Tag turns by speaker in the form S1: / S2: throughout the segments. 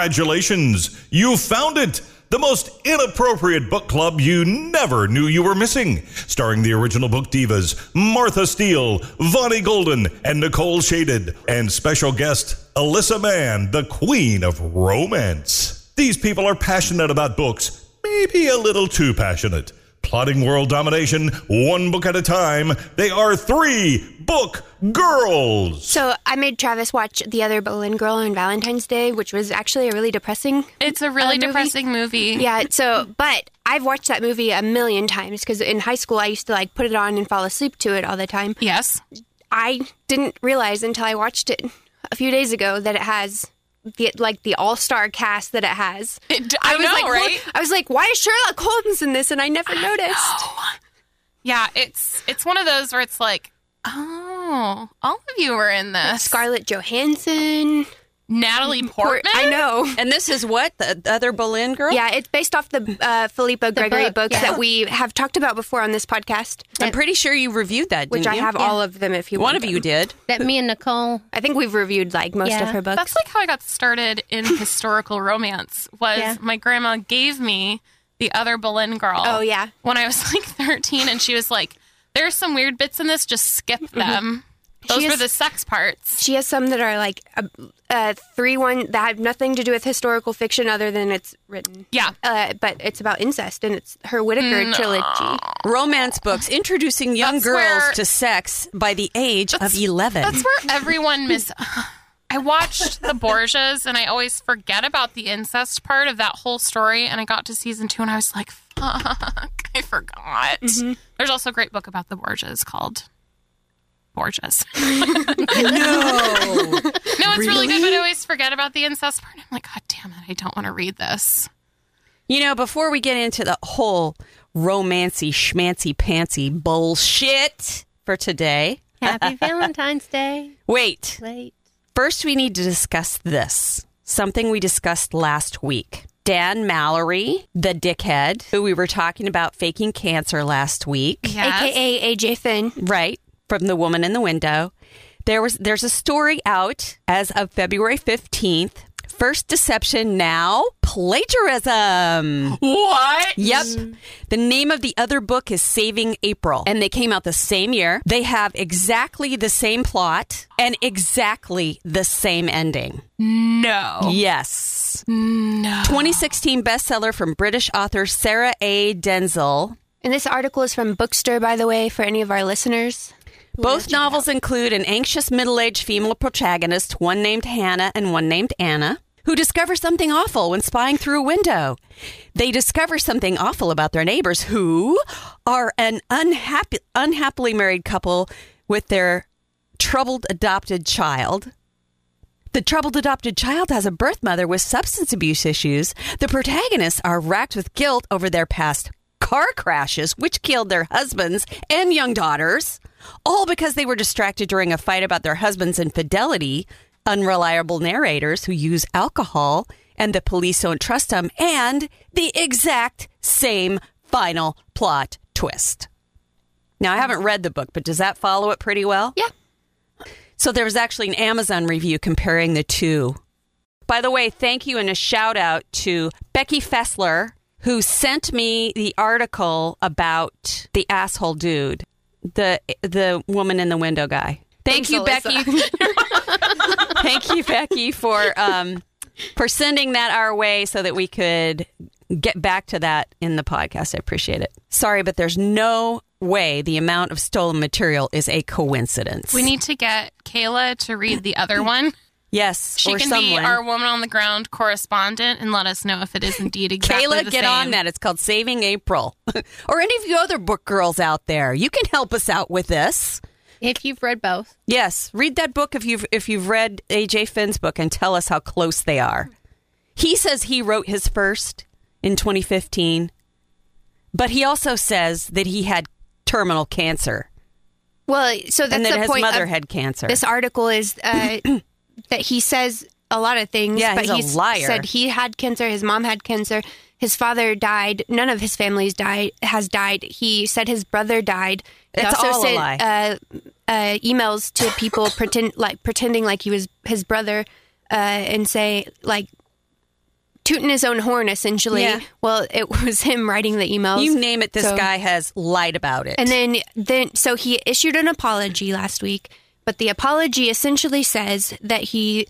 S1: Congratulations! You found it! The most inappropriate book club you never knew you were missing. Starring the original book divas Martha Steele, Vonnie Golden, and Nicole Shaded. And special guest Alyssa Mann, the queen of romance. These people are passionate about books, maybe a little too passionate. Plotting world domination, one book at a time. They are three book girls.
S2: So I made Travis watch The Other Boleyn Girl on Valentine's Day, which was actually a really depressing.
S3: It's a
S2: uh,
S3: really
S2: movie.
S3: depressing movie.
S2: Yeah, so but I've watched that movie a million times because in high school I used to like put it on and fall asleep to it all the time.
S3: Yes.
S2: I didn't realize until I watched it a few days ago that it has the like the all star cast that it has.
S3: It, I,
S2: was
S3: know,
S2: like,
S3: right?
S2: "Well," I was like, why is Sherlock Holmes in this? And I never noticed.
S3: Yeah, it's it's one of those where it's like, oh, all of you were in this.
S2: Scarlett Johansson.
S3: Natalie
S2: Or-
S3: Portman.
S2: I know.
S4: And this is what the other Boleyn girl.
S2: Yeah, it's based off the uh, Philippa Gregory
S4: book,
S2: books
S4: yeah.
S2: that we have talked about before on this podcast,
S4: I'm pretty sure you reviewed that,
S2: which
S4: didn't
S2: I
S4: you?
S2: have all of them. If you
S4: One
S2: want
S4: of
S2: them.
S4: you did.
S5: That me and Nicole.
S2: I think we've reviewed like most
S5: Yeah.
S2: of her books.
S3: That's like how I got started in historical romance. Was
S5: Yeah.
S3: my grandma gave me the other Boleyn girl.
S2: Oh, yeah.
S3: When I was like 13, and she was like, "There's some weird bits in this. Just skip them. Those
S2: Mm-hmm. She
S3: were
S2: is-
S3: the sex parts."
S2: she has some that are like a, a three one that have nothing to do with historical fiction other than it's written.
S3: Yeah.
S2: Uh, but it's about incest and it's her Whitaker trilogy.
S4: Romance books introducing young
S3: That's
S4: girls
S3: where-
S4: to sex by the age of
S3: That's-
S4: 11.
S3: That's where everyone miss. I watched the Borgias, and I always forget about the incest part of that whole story. And I got to season two, and I was like, "Fuck, I forgot." There's also a great book about the Borgias called Borgias.
S4: no.
S3: No, it's really? good, but I always forget about the incest part. I'm like, God damn it, I don't want to read this.
S4: you know, before we get into the whole romancy, schmancy, pantsy bullshit for today,
S5: Happy Valentine's Day.
S4: wait.
S5: Late.
S4: First, we need to discuss this something we discussed last week. Dan Mallory, the dickhead who we were talking about faking cancer last week,
S2: AKA AJ Finn.
S4: right? From the woman in the window. There was there's a story out as of February 15th. First deception now plagiarism.
S3: What?
S4: Yep. The name of the other book is Saving April, and they came out the same year. They have exactly the same plot and exactly the same ending.
S3: No.
S4: Yes.
S3: No.
S4: 2016 bestseller from British author Sarah A. Denzel.
S2: And this article is from Bookster, by the way, for any of our listeners.
S4: Both novels include an anxious middle aged female protagonist, one named Hannah and one named Anna, who discover something awful when spying through a window. They discover something awful about their neighbors, who are an unhappy, unhappily married couple with their troubled adopted child. The troubled adopted child has a birth mother with substance abuse issues. The protagonists are racked with guilt over their past car crashes, which killed their husbands and young daughters, all because they were distracted during a fight about their husband's infidelity, unreliable narrators who use alcohol, and the police don't trust them, and the exact same final plot twist. Now, I haven't read the book, but does that follow it pretty well?
S2: Yeah.
S4: So there was actually an Amazon review comparing the two. By the way, thank you and a shout out to Becky Fessler, who sent me the article about the asshole dude, the the woman in the window guy. Thank
S2: Thanks,
S4: you,
S2: Alyssa.
S4: Becky. thank you, Becky, for um, for sending that our way so that we could get back to that in the podcast. I appreciate it. Sorry, but there's no way the amount of stolen material is a coincidence.
S3: We need to get Kayla to read the other one.
S4: Yes,
S3: She
S4: or
S3: can
S4: someone.
S3: be our woman on the ground correspondent and let us know if it is indeed exactly
S4: Kayla,
S3: the
S4: get
S3: same.
S4: on that. It's called Saving April. or any of you other book girls out there, you can help us out with this.
S5: If you've read both.
S4: Yes, read that book if you've if you've read AJ Finn's book and tell us how close they are. He says he wrote his first in 2015, but he also says that he had terminal cancer
S2: Well, so that's
S4: and that
S2: the
S4: his
S2: point
S4: mother
S2: of
S4: had cancer.
S2: this article is uh, that he says a lot of things.
S4: Yeah,
S2: but
S4: he's a
S2: he's
S4: liar.
S2: Said he had cancer. His mom had cancer. His father died. None of his family's died has died. He said his brother died. He
S4: It's
S2: also
S4: all a
S2: sent,
S4: lie.
S2: Uh, uh, emails to people pretend like pretending like he was his brother uh, and say like tooting his own horn, essentially.
S4: Yeah.
S2: Well, it was him writing the emails.
S4: You name it, this
S2: So-
S4: guy has lied about it.
S2: And then, then, so he issued an apology last week, but the apology essentially says that he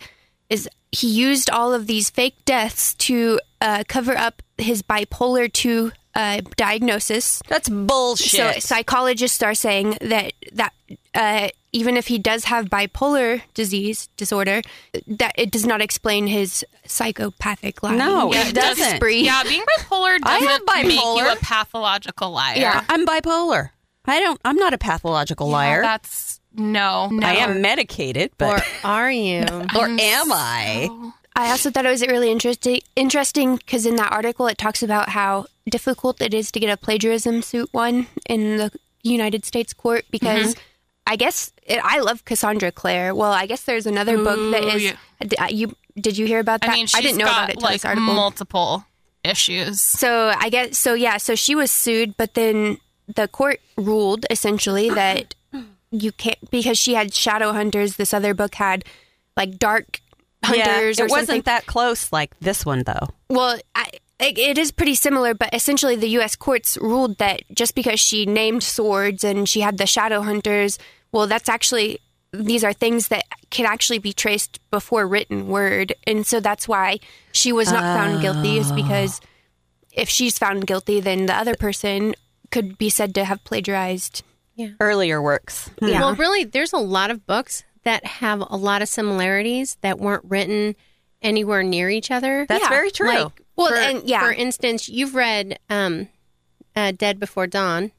S2: is he used all of these fake deaths to uh, cover up his bipolar two uh, diagnosis.
S4: That's bullshit.
S2: So psychologists are saying that that uh, even if he does have bipolar disease disorder, that it does not explain his psychopathic lying.
S4: No,
S3: Yeah,
S4: it
S3: it does-
S4: doesn't.
S2: Spree.
S3: Yeah, being bipolar
S4: I
S3: doesn't
S4: have
S3: make you
S4: bipolar.
S3: a pathological liar.
S2: Yeah.
S4: I'm bipolar. I don't. I'm not a pathological liar.
S3: That's no, no.
S4: I am medicated,
S5: Or
S4: but
S5: are you?
S4: or, am I?
S2: I also thought it was really interesting interesting because in that article it talks about how difficult it is to get a plagiarism suit won in the United States court because
S3: Mm-hmm.
S2: I guess it, I love Cassandra Clare. Well, I guess there's another book that
S3: Ooh,
S2: is
S3: yeah.
S2: d- uh, you did you hear about that?
S3: I mean, she's
S2: didn't know
S3: got
S2: about it till
S3: like
S2: this article.
S3: multiple issues.
S2: So I guess so. Yeah. So she was sued, but then the court ruled essentially that you can't because she had shadow hunters. This other book had like dark hunters.
S4: it
S2: or
S4: wasn't
S2: something.
S4: that close like this one though.
S2: Well, I, it, it is pretty similar, but essentially the U.S. courts ruled that just because she named swords and she had the shadow hunters, well, that's actually these are things that can actually be traced before written word, and so that's why she was not found guilty. Is because if she's found guilty, then the other person could be said to have plagiarized.
S4: Earlier works.
S2: Yeah.
S5: Hmm. Well, really, there's a lot of books that have a lot of similarities that weren't written anywhere near each other.
S4: That's
S2: Yeah,
S4: very true.
S5: Like,
S2: Well,
S5: for,
S2: and- yeah.
S5: For instance, you've read um, uh, Dead Before Dawn,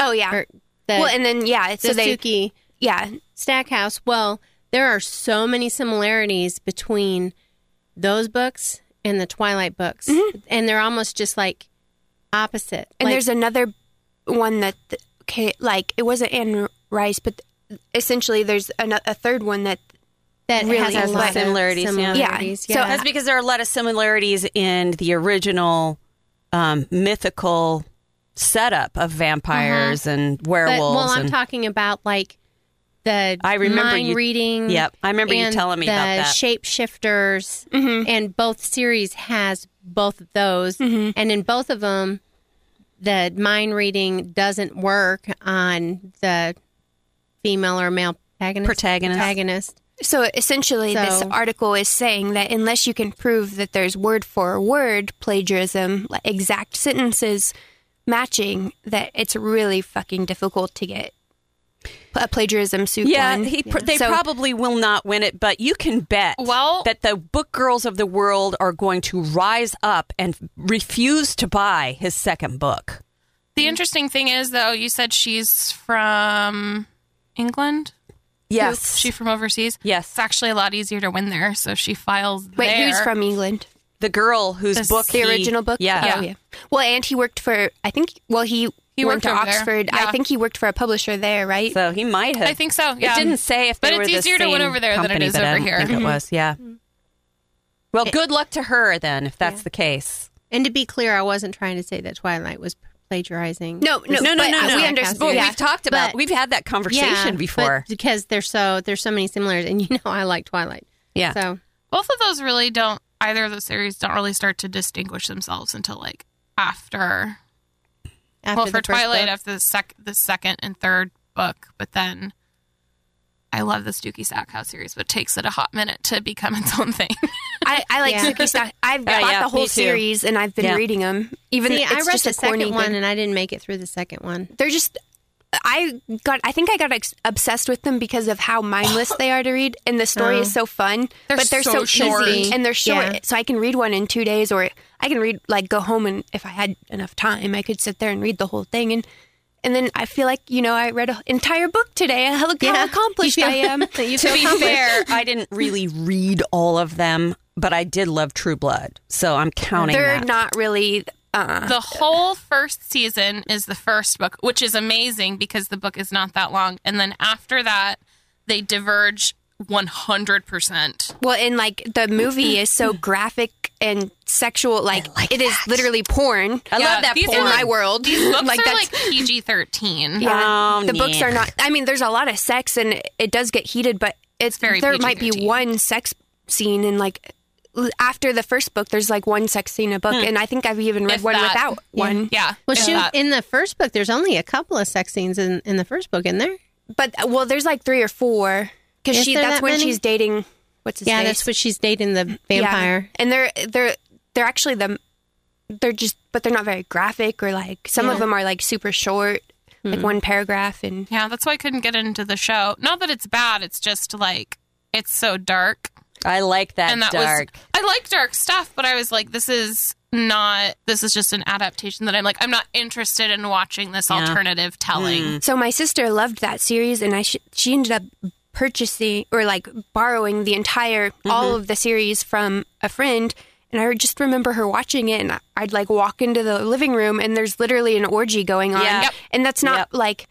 S2: Oh yeah.
S5: or the
S2: well, and then yeah, so
S5: the
S2: they
S5: Suki
S2: yeah
S5: Stackhouse. Well, there are so many similarities between those books and the Twilight books, and they're almost just like opposite.
S2: Mm-hmm. And
S5: Like,
S2: there's another one that th- okay, like it wasn't Anne Rice, but th- essentially there's an, a third one that
S5: that
S2: really
S5: has
S2: has
S5: a lot of
S4: similarities,
S5: similarities.
S4: yeah. uh,
S2: Yeah.
S5: yeah.
S4: That's because there are a lot of similarities in the original um, mythical setup of vampires and
S5: But,
S4: werewolves.
S5: well, I'm
S4: and-
S5: talking about like the
S4: I remember
S5: mind
S4: you-
S5: reading.
S4: Yep, I remember you
S5: and
S4: telling me
S5: the
S4: about that. Mm-hmm.
S5: Shapeshifters, and both series has both of those,
S4: Mm-hmm.
S5: and in both of them, the mind reading doesn't work on the female or male protagonist.
S4: Protagonist.
S5: protagonist.
S2: so essentially this
S5: So-
S2: article is saying that unless you can prove that there's word for word plagiarism, like exact sentences matching, that it's really fucking difficult to get a plagiarism suit.
S4: yeah,
S2: won.
S4: he, pr- they
S2: So-
S4: probably will not win it, but you can bet
S3: Well-
S4: that the book girls of the world are going to rise up and refuse to buy his second book.
S3: The interesting thing is, though, you said she's from England.
S4: Yes,
S3: she from overseas.
S4: Yes.
S3: it's actually a lot easier to win there. So she files.
S2: Wait,
S3: there.
S2: who's from England?
S4: the girl whose
S3: This-
S4: book
S2: The
S4: he-
S2: original book?
S4: Yeah,
S2: Oh, yeah. Well, and he worked for, I think, well, he,
S3: He
S2: went
S3: worked
S2: to
S3: over there.
S2: Oxford. I
S3: Yeah.
S2: think he worked for a publisher there, right?
S4: So he might have.
S3: I think so. Yeah,
S4: It didn't say if they
S3: But
S4: were
S3: it's
S4: the
S3: easier to win
S4: same
S3: over there than it
S4: company,
S3: is
S4: but I
S3: over
S4: don't
S3: here.
S4: think it was, yeah. Well, good luck to her then, if that's the case.
S5: And to be clear, I wasn't trying to say that Twilight was plagiarizing.
S2: No, no,
S4: No, no,
S2: but
S4: no, no.
S2: We
S4: But
S2: understand.
S4: we've talked about,
S5: But-
S4: we've had that conversation
S5: but
S4: before.
S5: because there's so there's so many similarities, and you know I like Twilight.
S4: yeah,
S5: So
S3: both of those really don't. Either of those series don't really start to distinguish themselves until like after.
S5: after
S3: well,
S5: the
S3: for
S5: first
S3: Twilight,
S5: book-
S3: after the sec, the second and third book, but then. I love the Dookie Stackhouse series, but it takes it a hot minute to become its own thing.
S2: I, I like
S5: Yeah.
S2: Suki Stack. I've bought
S4: yeah,
S2: the whole
S4: me too.
S2: series and I've been
S4: Yeah.
S2: reading them. Even
S5: See,
S2: it's
S5: I read
S2: just
S5: the
S2: a corny
S5: second one
S2: thing.
S5: and I didn't make it through the second one.
S2: They're just. I got. I think I got ex- obsessed with them because of how mindless they are to read, and the story is so fun.
S3: They're
S2: but they're so,
S3: so short.
S2: easy and they're short,
S5: Yeah.
S2: so I can read one in two days, or I can read like go home and if I had enough time, I could sit there and read the whole thing, and and then I feel like you know I read an entire book today. How, how
S5: Yeah.
S2: accomplished
S5: You
S2: I
S5: feel-
S2: am.
S5: You
S4: to
S5: feel
S4: be
S5: accomplished.
S4: fair, I didn't really read all of them, but I did love True Blood, so I'm counting
S2: They're
S4: that.
S2: not really. Uh,
S3: the whole first season is the first book, which is amazing because the book is not that long. And then after that, they diverge 100%.
S2: Well, and like the movie is so graphic and sexual, like,
S4: like
S2: it is
S4: that.
S2: literally porn. I
S4: Yeah, love that these are
S2: in
S4: porn.
S2: my world.
S3: Books
S2: like
S3: are
S2: that's
S3: like PG 13.
S2: yeah.
S4: Oh,
S2: the books
S4: yeah.
S2: are not. I mean, there's a lot of sex and it does get heated, but it's
S3: very
S2: there might be
S3: PG-13.
S2: one sex scene in like l- after the first book, there's like one sex scene a book, and I think I've even read
S3: Hmm. If
S2: one
S3: that.
S2: without one.
S3: Yeah.
S5: Well,
S3: if
S5: shoot,
S3: that.
S5: in the first book, there's only a couple of sex scenes in, in the first book, in there?
S2: But well, there's like three or four because
S5: Is
S2: she
S5: there
S2: that's
S5: that
S2: when
S5: many?
S2: she's dating. What's his
S5: Yeah,
S2: face?
S5: that's what she's dating the vampire.
S2: and they're they're they're actually the they're just but they're not very graphic or like some of them are like super short,
S3: Hmm.
S2: like one paragraph and
S3: yeah, that's why I couldn't get into the show. Not that it's bad, it's just like it's so dark.
S4: I like that,
S3: and that
S4: dark.
S3: was I like dark stuff, but I was like, this is not this is just an adaptation that I'm like, I'm not interested in watching this alternative telling.
S2: So my sister loved that series, and I sh- she ended up purchasing or like borrowing the entire all of the series from a friend. And I just remember her watching it, and I- I'd like walk into the living room, and there's literally an orgy going on.
S4: Yeah. Yep.
S2: And that's not
S4: Yep.
S2: like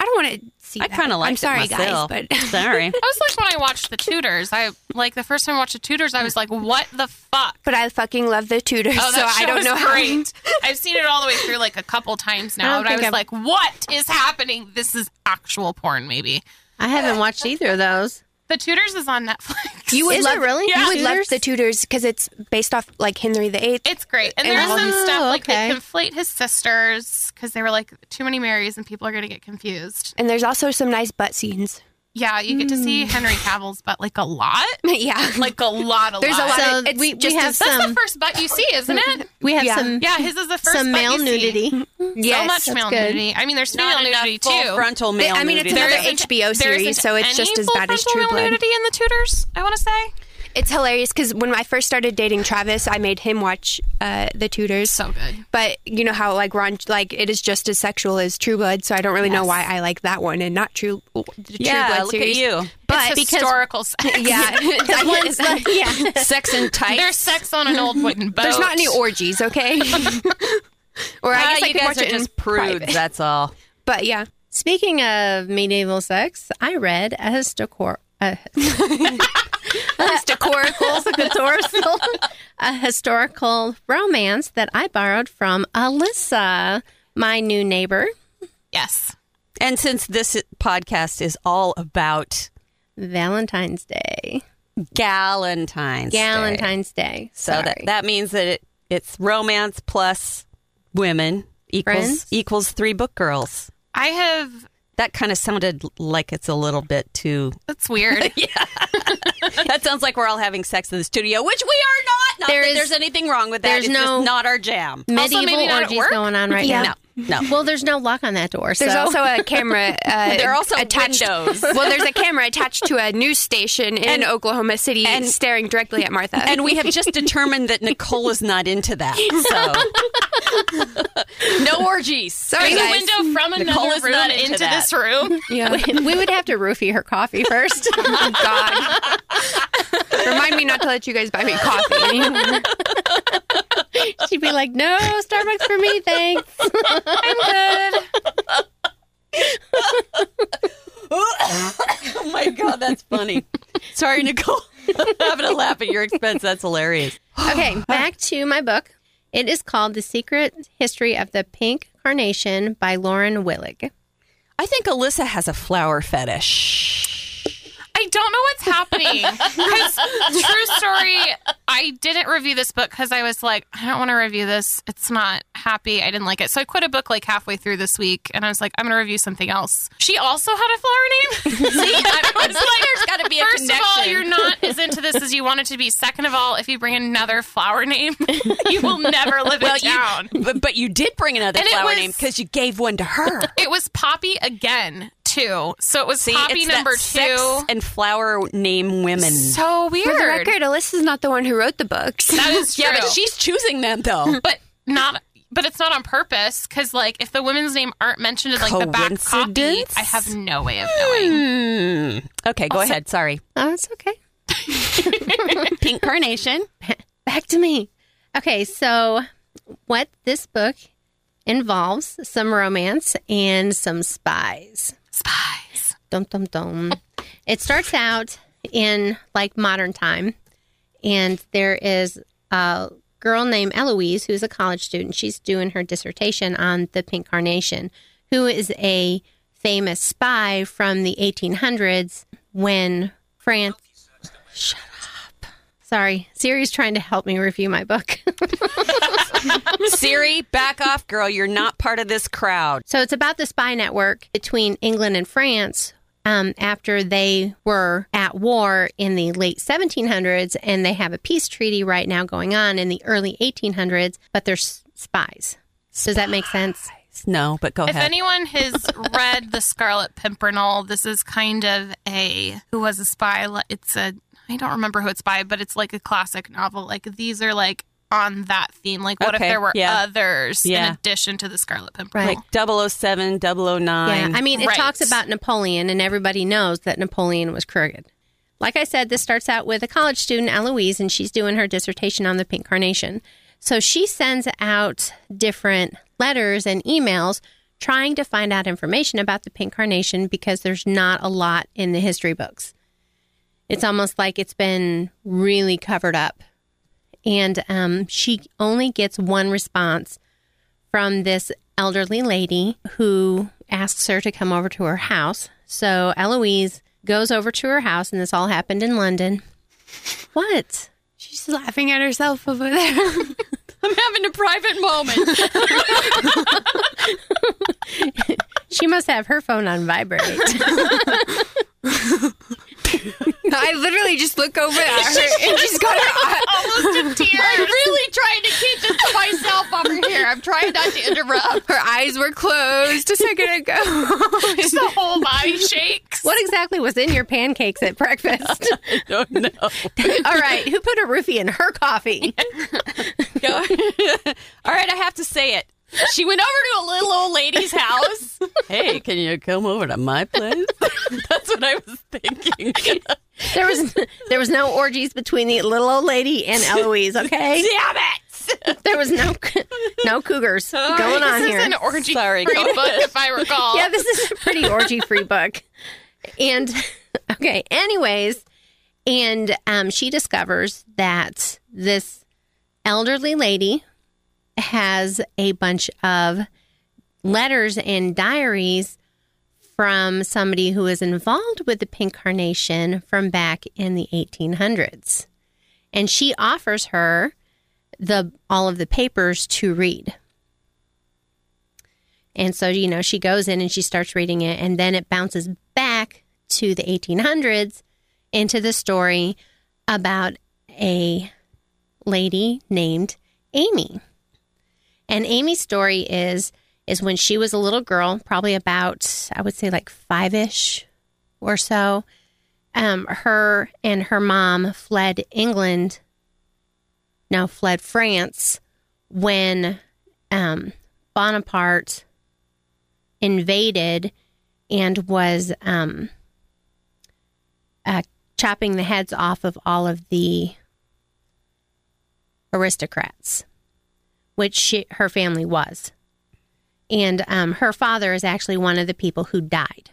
S2: I don't want to see.
S4: I
S2: that.
S4: kind of like
S2: I'm sorry,
S4: it myself.
S2: guys, but
S4: sorry.
S3: I was like when I watched the Tudors. I like the first time I watched the Tudors, I was like, what the fuck?
S2: but I fucking love the Tudors,
S3: Oh,
S2: so
S3: that
S2: I
S3: show
S2: don't
S3: is
S2: know how.
S3: great. I've seen it all the way through like a couple times
S5: I
S3: now,
S5: don't
S3: but I
S5: think
S3: was
S5: I've-
S3: like, what is happening? This is actual porn, maybe.
S5: I haven't watched either of those.
S3: The Tudors is on Netflix.
S2: You would
S5: Is it
S2: love
S5: really?
S2: You would love
S5: Tudors?
S2: the Tudors because it's based off like Henry VIII.
S3: It's great. And there's
S2: Oh,
S3: some stuff like
S5: okay.
S3: they conflate his sisters because they were like too many Marys and people are going to get confused.
S2: and there's also some nice butt scenes.
S3: Yeah, you get to
S2: Hmm.
S3: see Henry Cavill's butt like a lot.
S2: yeah,
S3: Like a lot, a
S2: there's a lot.
S5: So
S2: of, it's
S5: we- we
S2: just
S5: have
S2: as-
S3: That's the
S5: some-
S3: first butt you see, isn't it?
S5: We have
S2: Yeah.
S5: some
S3: Yeah, his is the first
S5: some
S3: butt
S5: male
S3: you see.
S5: nudity.
S3: so
S2: Yes.
S3: much
S5: that's
S3: male
S5: good.
S3: nudity. I mean, there's
S4: Not
S3: female
S4: enough
S3: nudity
S4: full
S3: too.
S4: frontal
S2: They-
S4: male
S2: I mean, it's
S4: nudity.
S2: another
S3: isn't-
S2: HBO
S3: there
S2: series,
S3: isn't
S2: so it's
S3: any
S2: just as
S3: full
S2: bad as
S3: frontal
S2: True
S3: male
S2: Blood.
S3: nudity in the Tudors. I want to say
S2: It's hilarious because when I first started dating Travis, I made him watch uh, The Tudors.
S3: so good.
S2: but you know how like Ron, like it is just as sexual as True Blood, so I don't really know why I like that one and not True. The
S4: Yeah,
S2: True Blood
S4: look at
S2: series.
S4: you.
S2: But
S3: it's historical sex.
S2: yeah,
S5: One's like- yeah.
S4: Sex and tights.
S3: There's sex on an old wooden boat.
S2: there's not any orgies, okay? or I guess
S4: Ah,
S2: I
S4: you
S2: could watch
S4: guys are
S2: it in
S4: just prudes.
S2: private.
S4: That's all.
S2: But yeah,
S5: Speaking of medieval sex, I read a historical a,
S2: historical.
S5: historical a historical romance that I borrowed from Alyssa, my new neighbor.
S3: Yes.
S4: And since this podcast is all about
S5: Valentine's Day,
S4: Galentine's, Day.
S5: Galentine's Day.
S4: So
S5: Sorry.
S4: that, that means that it, it's romance plus women equals
S5: Friends?
S4: equals three book girls.
S3: I have.
S4: That kind of sounded like it's a little bit too.
S3: That's weird.
S4: That sounds like we're all having sex in the studio, which we are not. Not
S5: There
S4: that
S5: is-
S4: there's anything wrong with that.
S5: there's
S4: it's
S5: no-
S4: just not our jam.
S3: Also,
S5: medieval
S3: maybe not at
S5: orgies
S3: work?
S5: going on right
S2: Yeah.
S5: now.
S4: No,
S5: Well, there's no lock on that door.
S2: There's
S5: so.
S2: also a camera. Uh,
S4: they're also
S2: attached.
S4: windows.
S2: Well, there's a camera attached to a news station in Oklahoma City, and staring directly at Martha.
S4: and we have just determined that Nicole is not into that. So no orgies.
S2: Sorry,
S3: There's a
S2: guys.
S3: window from
S4: Nicole
S3: another
S4: is
S3: room
S4: not into
S3: into,
S4: that.
S3: this room.
S2: yeah.
S5: we would have to roofie her coffee first.
S2: Oh, God. Remind me not to let you guys buy me coffee.
S5: She'd be like, "No Starbucks for me, thanks."
S3: I'm good.
S4: oh my god, that's funny. Sorry, Nicole. Having a laugh at your expense. That's hilarious.
S5: Okay, back to my book. It is called The Secret History of the Pink Carnation by Lauren Willig.
S4: I think Alyssa has a flower fetish.
S3: I don't know what's happening. 'Cause, true story, I didn't review this book because I was like, I don't want to review this. It's not happy. I didn't like it. So I quit a book like halfway through this week and I was like, I'm going to review something else. She also had a flower name. See, I was like, there's got to be a First of all,
S4: connection.
S3: you're not as into this as you want it to be. Second of all, if you bring another flower name, you will never live it down.
S4: But, but you did bring another
S3: And it
S4: flower
S3: was-
S4: name because you gave one to her.
S3: It was Poppy again, too. So it was
S4: See,
S3: Poppy
S4: it's that
S3: number
S4: sex
S3: two.
S4: and flower name women.
S3: Mm. So weird.
S2: For the record, Alyssa's not the one who wrote the books.
S3: that is true.
S4: yeah, but she's choosing them though.
S3: but not but it's not on purpose because like if the women's name aren't mentioned in like the back copy
S4: Coincidence?
S3: i have no way of knowing
S4: Hmm. Okay, go ahead. Sorry.
S5: Oh, it's okay.
S4: Pink carnation.
S5: Back to me. Okay, so what this book involves some romance and some spies.
S3: spies
S5: Dum dum dum. It starts out in like modern time, and there is a girl named Eloise who's a college student. She's doing her dissertation on the pink carnation, who is a famous spy from the 1800s when France. Shut up. Sorry, Siri's trying to help me review my book.
S4: Siri, back off, girl. You're not part of this crowd.
S5: so it's about the spy network between England and France um, after they were at war in the late 1700s, and they have a peace treaty right now going on in the early 1800s, but they're s- spies. Does that make sense?
S4: No, but go
S3: If
S4: ahead.
S3: anyone has read The Scarlet Pimpernel, this is kind of a who was a spy. li- It's a I don't remember who it's by, but it's like a classic novel. Like these are like on that theme. Like what
S4: Okay,
S3: if there were
S4: yeah.
S3: others
S4: Yeah.
S3: in addition to The Scarlet Pimpernel?
S5: Right.
S4: 007, 009.
S5: Yeah, I mean, it
S3: Right.
S5: talks about Napoleon, and everybody knows that Napoleon was crooked. Like I said, this starts out with a college student, Eloise, and she's doing her dissertation on the pink carnation. So she sends out different letters and emails trying to find out information about the pink carnation because there's not a lot in the history books. It's almost like it's been really covered up. And um, she only gets one response from this elderly lady who asks her to come over to her house. So Eloise goes over to her house, and this all happened in London. What?
S2: She's laughing at herself over there.
S4: I'm having a private moment.
S5: She must have her phone on vibrate.
S2: I literally just look over at her and she's got her eye.
S6: almost in tears. I'm really trying to keep this Oh, to myself over here. I'm trying not to interrupt.
S2: Her eyes were closed a second ago.
S3: Just the whole body shakes.
S5: what exactly was in your pancakes at breakfast?
S4: no, Oh, no.
S5: all right, who put a roofie in her coffee?
S4: Go. All right, I have to say it.
S6: She went over to a little old lady's house.
S4: Hey, can you come over to my place? That's what I was thinking.
S5: There was there was no orgies between the little old lady and Eloise. Okay,
S4: Damn it!
S5: there was no no cougars going on
S3: this
S5: here.
S3: is an orgy
S4: Sorry,
S3: free
S4: go
S3: book,
S4: ahead.
S3: if I recall.
S5: yeah, this is a pretty orgy free book. And okay, anyways, and um, she discovers that this elderly lady has a bunch of letters and diaries from somebody who was involved with the pink carnation from back in the 1800s. And she offers her the all of the papers to read. And so, you know, she goes in and she starts reading it, and then it bounces back to the 1800s into the story about a lady named Amy. And Amy's story is is when she was a little girl, probably about I would say like five ish or so. Um, her and her mom fled England. No, fled France when um, Bonaparte invaded and was um, uh, chopping the heads off of all of the aristocrats, which she, her family was. And um, her father is actually one of the people who died,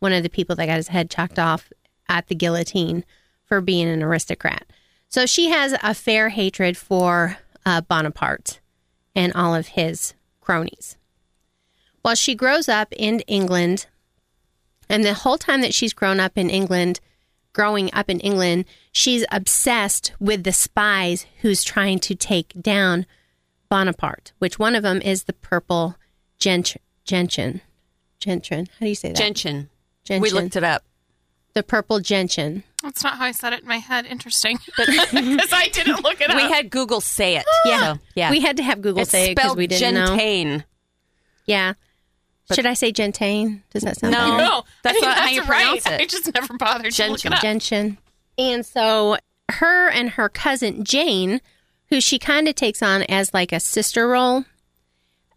S5: one of the people that got his head chopped off at the guillotine for being an aristocrat. So she has a fair hatred for uh, Bonaparte and all of his cronies. Well, she grows up in England, and the whole time that she's grown up in England, growing up in England, she's obsessed with the spies who's trying to take down Bonaparte, which one of them is the purple gent- gentian. Gentian. How do you say that?
S4: Gentian.
S5: gentian.
S4: We looked it up.
S5: the purple gentian.
S3: That's not how I said it in my head. Interesting. Because I didn't look it up.
S4: We had Google say it.
S5: Yeah.
S4: So, yeah.
S5: We had to have Google
S4: it's
S5: say it because
S4: spelled
S5: we didn't know.
S4: gentane.
S5: Yeah. Should I say gentane? Does that sound
S4: No.
S5: better?
S3: no,
S4: That's
S3: I think
S4: not how
S3: that's
S4: you
S3: right.
S4: pronounce it.
S3: I just never bothered to look it up.
S5: Gentian. And so her and her cousin Jane, who she kind of takes on as like a sister role,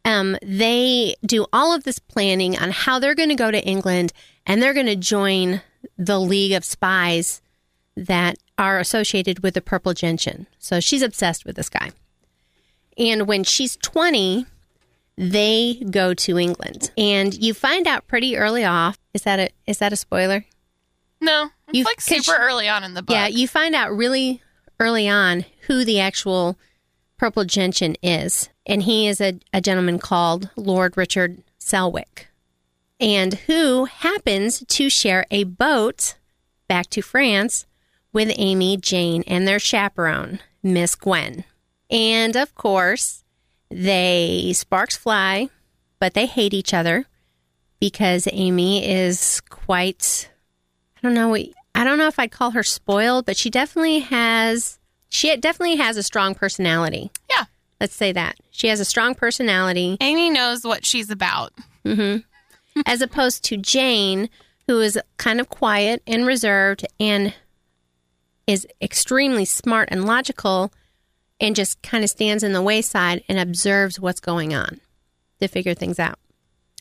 S5: um, they do all of this planning on how they're going to go to England and they're going to join the League of Spies that are associated with the Purple Gentian. So she's obsessed with this guy. And when she's 20, they go to England. And you find out pretty early off. Is that a is that a spoiler?
S3: No, it's
S5: You-
S3: like
S5: 'cause she-
S3: super early on in the book.
S5: Yeah, you find out really early on who the actual purple gentian is. And he is a, a gentleman called Lord Richard Selwick, and who happens to share a boat back to France with Amy, Jane, and their chaperone, Miss Gwen. And of course, they sparks fly, but they hate each other because Amy is quite I don't know what I don't know if I'd call her spoiled, but she definitely has she definitely has a strong personality.
S3: Yeah.
S5: Let's say that. She has a strong personality
S3: Amy knows what she's about.
S5: as opposed to Jane, who is kind of quiet and reserved and is extremely smart and logical and just kind of stands in the wayside and observes what's going on to figure things out.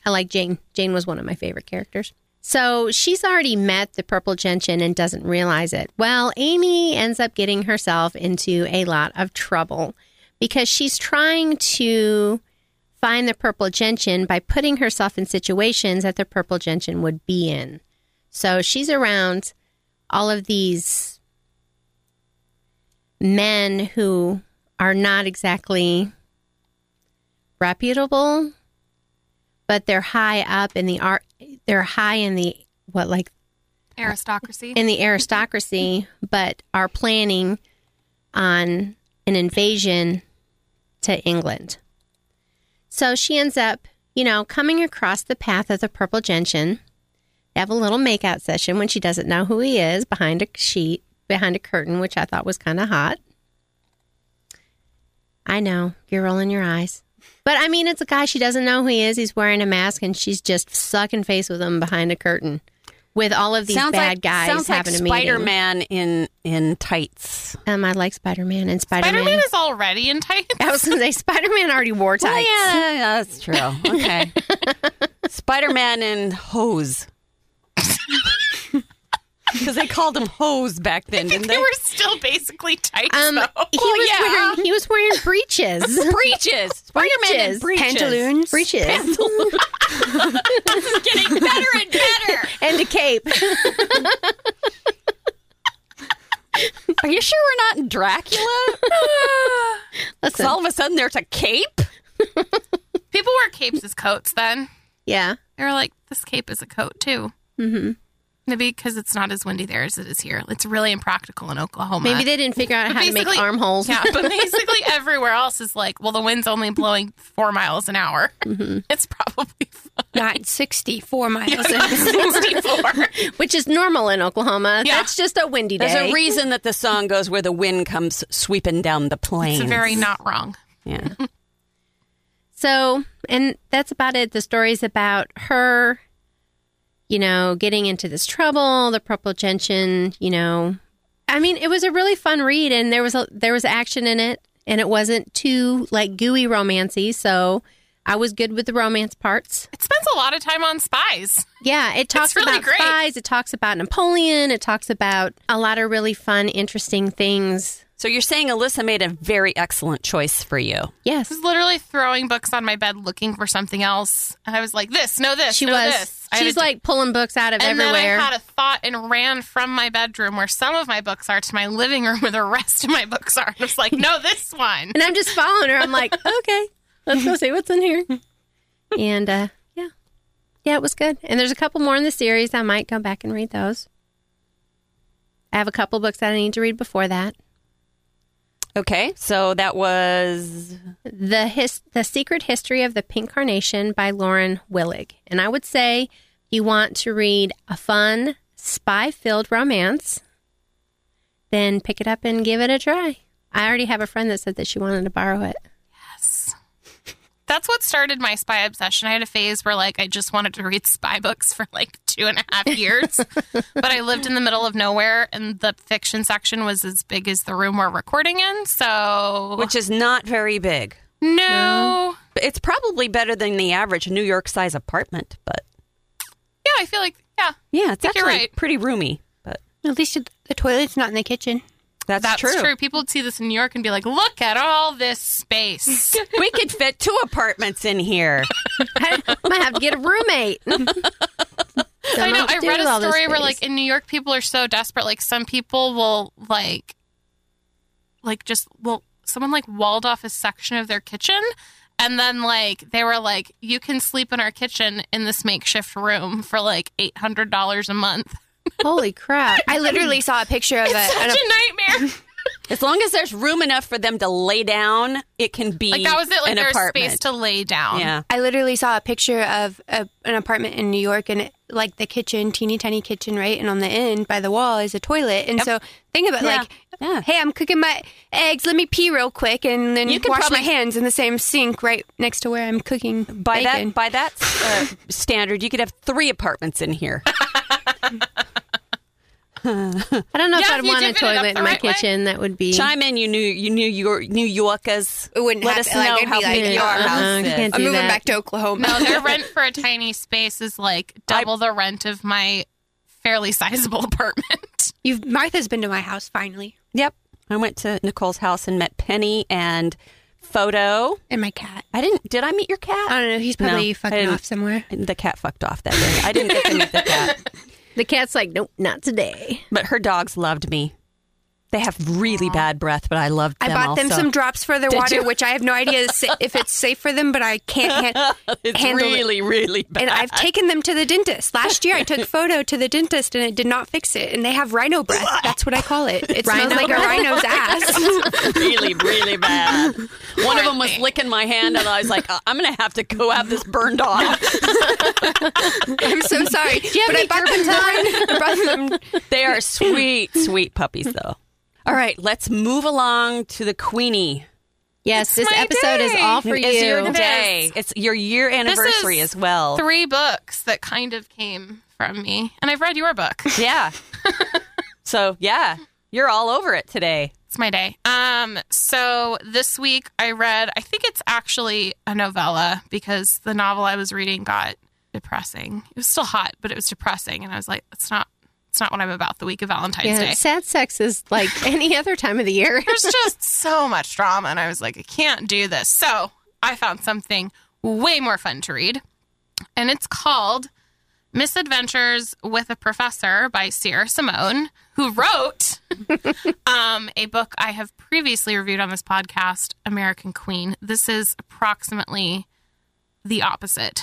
S5: I like Jane. Jane was one of my favorite characters. So she's already met the purple gentian and doesn't realize it. Well, Amy ends up getting herself into a lot of trouble because she's trying to find the purple gentian by putting herself in situations that the purple gentian would be in. So she's around all of these men who are not exactly reputable, but they're high up in the art. They're high in the what, like
S3: Aristocracy.
S5: in the aristocracy, but are planning on an invasion to England. So she ends up, you know, coming across the path of the purple gentian. They have a little makeout session when she doesn't know who he is behind a sheet, behind a curtain, which I thought was kind of hot. I know you're rolling your eyes, but I mean, it's a guy she doesn't know who he is. He's wearing a mask, and she's just sucking face with him behind a curtain, with all of these
S4: sounds
S5: bad
S4: like
S5: guys
S4: sounds like
S5: having a meeting.
S4: Spider Man in in tights.
S5: Um, I like Spider Man and Spider
S3: Spider Man
S5: Man.
S3: is already in tight.
S5: I was gonna say Spider Man already wore tights.
S4: yeah, that's true. Okay, Spider Man in hose. Because they called him hose back then, didn't
S3: They
S4: they?
S3: were still basically tight.
S5: Um,
S3: though.
S5: he was wearing he was wearing breeches,
S4: breeches. Spider Man in
S5: Breeches.
S4: breeches.
S2: Pantaloons.
S5: breeches,
S6: Getting better and better.
S5: and a cape.
S4: Are you sure we're not in Dracula?
S5: Listen,
S4: So all of a sudden there's a cape.
S3: People wear capes as coats then.
S5: yeah,
S3: They were like, this cape is a coat too. Mm-hmm. Maybe because it's not as windy there as it is here. It's really impractical in Oklahoma.
S5: maybe they didn't figure out how to make
S3: Basically-
S5: armholes.
S3: Yeah, but basically everywhere else is like, well, the wind's only blowing four miles an hour.
S5: Mm-hmm.
S3: It's probably
S2: Not 64 miles an hour.
S3: 64.
S5: which is normal in Oklahoma.
S3: Yeah.
S5: That's just a windy
S4: There's
S5: day.
S4: a reason that the song goes where the wind comes sweeping down the plains.
S3: it's very not wrong.
S4: Yeah.
S5: So, and that's about it. The story's about her, you know, getting into this trouble, the purple gentian, you know. I mean, it was a really fun read and there was a, there was action in it and it wasn't too like gooey romancy, so I was good with the romance parts.
S3: It spends a lot of time on spies.
S5: Yeah, it talks
S3: really
S5: about
S3: great.
S5: spies, it talks about Napoleon, it talks about a lot of really fun interesting things.
S4: So you're saying Alyssa made a very excellent choice for you.
S5: Yes.
S3: I was literally throwing books on my bed looking for something else. And I was like, this, no, this.
S5: She
S3: no
S5: was
S3: This. I had
S5: she's
S3: a-
S5: like pulling books out of
S3: And
S5: everywhere.
S3: then I had a thought and ran from my bedroom where some of my books are to my living room where the rest of my books are. I was like, no, this one.
S5: And I'm just following her. I'm like, okay, let's go see what's in here. And uh, yeah, yeah, it was good. And there's a couple more in the series. I might go back and read those. I have a couple books that I need to read before that.
S4: Okay. So that was
S5: The his- the secret history of the pink carnation by Lauren Willig. And I would say you want to read a fun spy filled romance, then pick it up and give it a try. I already have a friend that said that she wanted to borrow it.
S3: That's what started my spy obsession. I had a phase where like I just wanted to read spy books for like two and a half years. but I lived in the middle of nowhere and the fiction section was as big as the room we're recording in. So
S4: which is not very big.
S3: no.
S4: It's probably better than the average New York size apartment, but
S3: Yeah, I feel like yeah.
S4: yeah, it's
S3: think
S4: actually
S3: you're right.
S4: pretty roomy. But
S2: At least it- the toilet's not in the kitchen.
S4: that's,
S3: That's true. People would see this in New York and be like, look at all this space.
S4: we could fit two apartments in here.
S5: I might have to get a roommate.
S3: I know. I read a story where,
S5: like,
S3: like, in New York, people are so desperate. Like, some people will like, like, just well, someone like walled off a section of their kitchen, and then like they were like, "You can sleep in our kitchen in this makeshift room for like eight hundred dollars a month."
S5: Holy crap.
S2: I literally saw a picture of it.
S3: Such a nightmare.
S4: As long as there's room enough for them to lay down, it can be
S3: Like that was it. Like
S4: an
S3: there was
S4: apartment.
S3: space to lay down.
S4: yeah.
S2: I literally saw a picture of a, an apartment in New York and it, like the kitchen, teeny tiny kitchen, right? And on the end by the wall is a toilet. And so think about
S4: Yeah.
S2: like,
S4: Yeah.
S2: hey, I'm cooking my eggs. Let me pee real quick and then
S4: You
S2: you
S4: could
S2: can wash my
S4: probably-
S2: hands in the same sink right next to where I'm cooking
S4: By
S2: bacon.
S4: that by that uh, standard, you could have three apartments in here.
S5: I don't know
S3: Yeah,
S5: if
S3: if
S5: I'd
S3: you
S5: want
S3: divvied
S5: a
S3: it up
S5: toilet
S3: the
S5: in my
S3: right way.
S5: kitchen. That would be.
S4: Chime in, you new you New York New Yorkers.
S2: It wouldn't
S4: Let
S2: happen.
S4: us
S2: Like,
S4: know
S2: it'd be
S4: how
S2: like,
S4: big your
S2: "Yeah, uh-huh.
S4: house
S5: uh-uh,
S4: is.
S5: can't
S2: I'm
S5: do
S2: moving
S5: that.
S2: back to Oklahoma.
S3: No, their rent for a tiny space is like double the rent of my fairly sizable apartment.
S2: You've, Martha's been to my house finally
S4: Yep. I went to Nicole's house and met Penny and Photo.
S2: and my cat.
S4: I didn't. Did I meet your cat?
S2: I don't know. He's
S4: No,
S2: probably
S4: I
S2: fucking
S4: didn't.
S2: off somewhere.
S4: The cat fucked off that day. I didn't get to meet the cat,
S5: The cat's like, nope, not today.
S4: but her dogs loved me. They have really bad breath, but I loved
S2: I
S4: them.
S2: bought them
S4: also.
S2: some drops for their water,
S4: you?
S2: which I have no idea is sa- if it's safe for them, but I can't ha-
S4: It's
S2: handle it.
S4: really, really bad.
S2: And I've taken them to the dentist. Last year, I took photo to the dentist, and it did not fix it. And they have rhino breath. That's what I call it. It smells like a rhino's ass.
S4: really, really bad. One of them was licking my hand, and I was like, "Uh, "I'm going to have to go have this burned off."
S2: I'm so sorry, but I bought them. I bought them
S4: They are sweet, sweet puppies, though. All right, let's move along to the Queenie.
S5: Yes, this
S3: my
S5: episode is
S3: day.
S5: all for
S4: It's
S5: you.
S4: your
S3: It
S4: day. It's your year anniversary
S3: is
S4: as well.
S3: Three books that kind of came from me, and I've read your book.
S4: Yeah. so yeah, you're all over it today.
S3: It's my day. Um, so this week I read. I think it's actually a novella because the novel I was reading got depressing. It was still hot, but it was depressing, and I was like, "It's not. It's not what I'm about." The week of Valentine's
S5: Yeah,
S3: Day.
S5: sad sex is like any other time of the year.
S3: there's just so much drama and i was like i can't do this so i found something way more fun to read and it's called misadventures with a professor by sierra simone who wrote um, a book i have previously reviewed on this podcast american queen this is approximately the opposite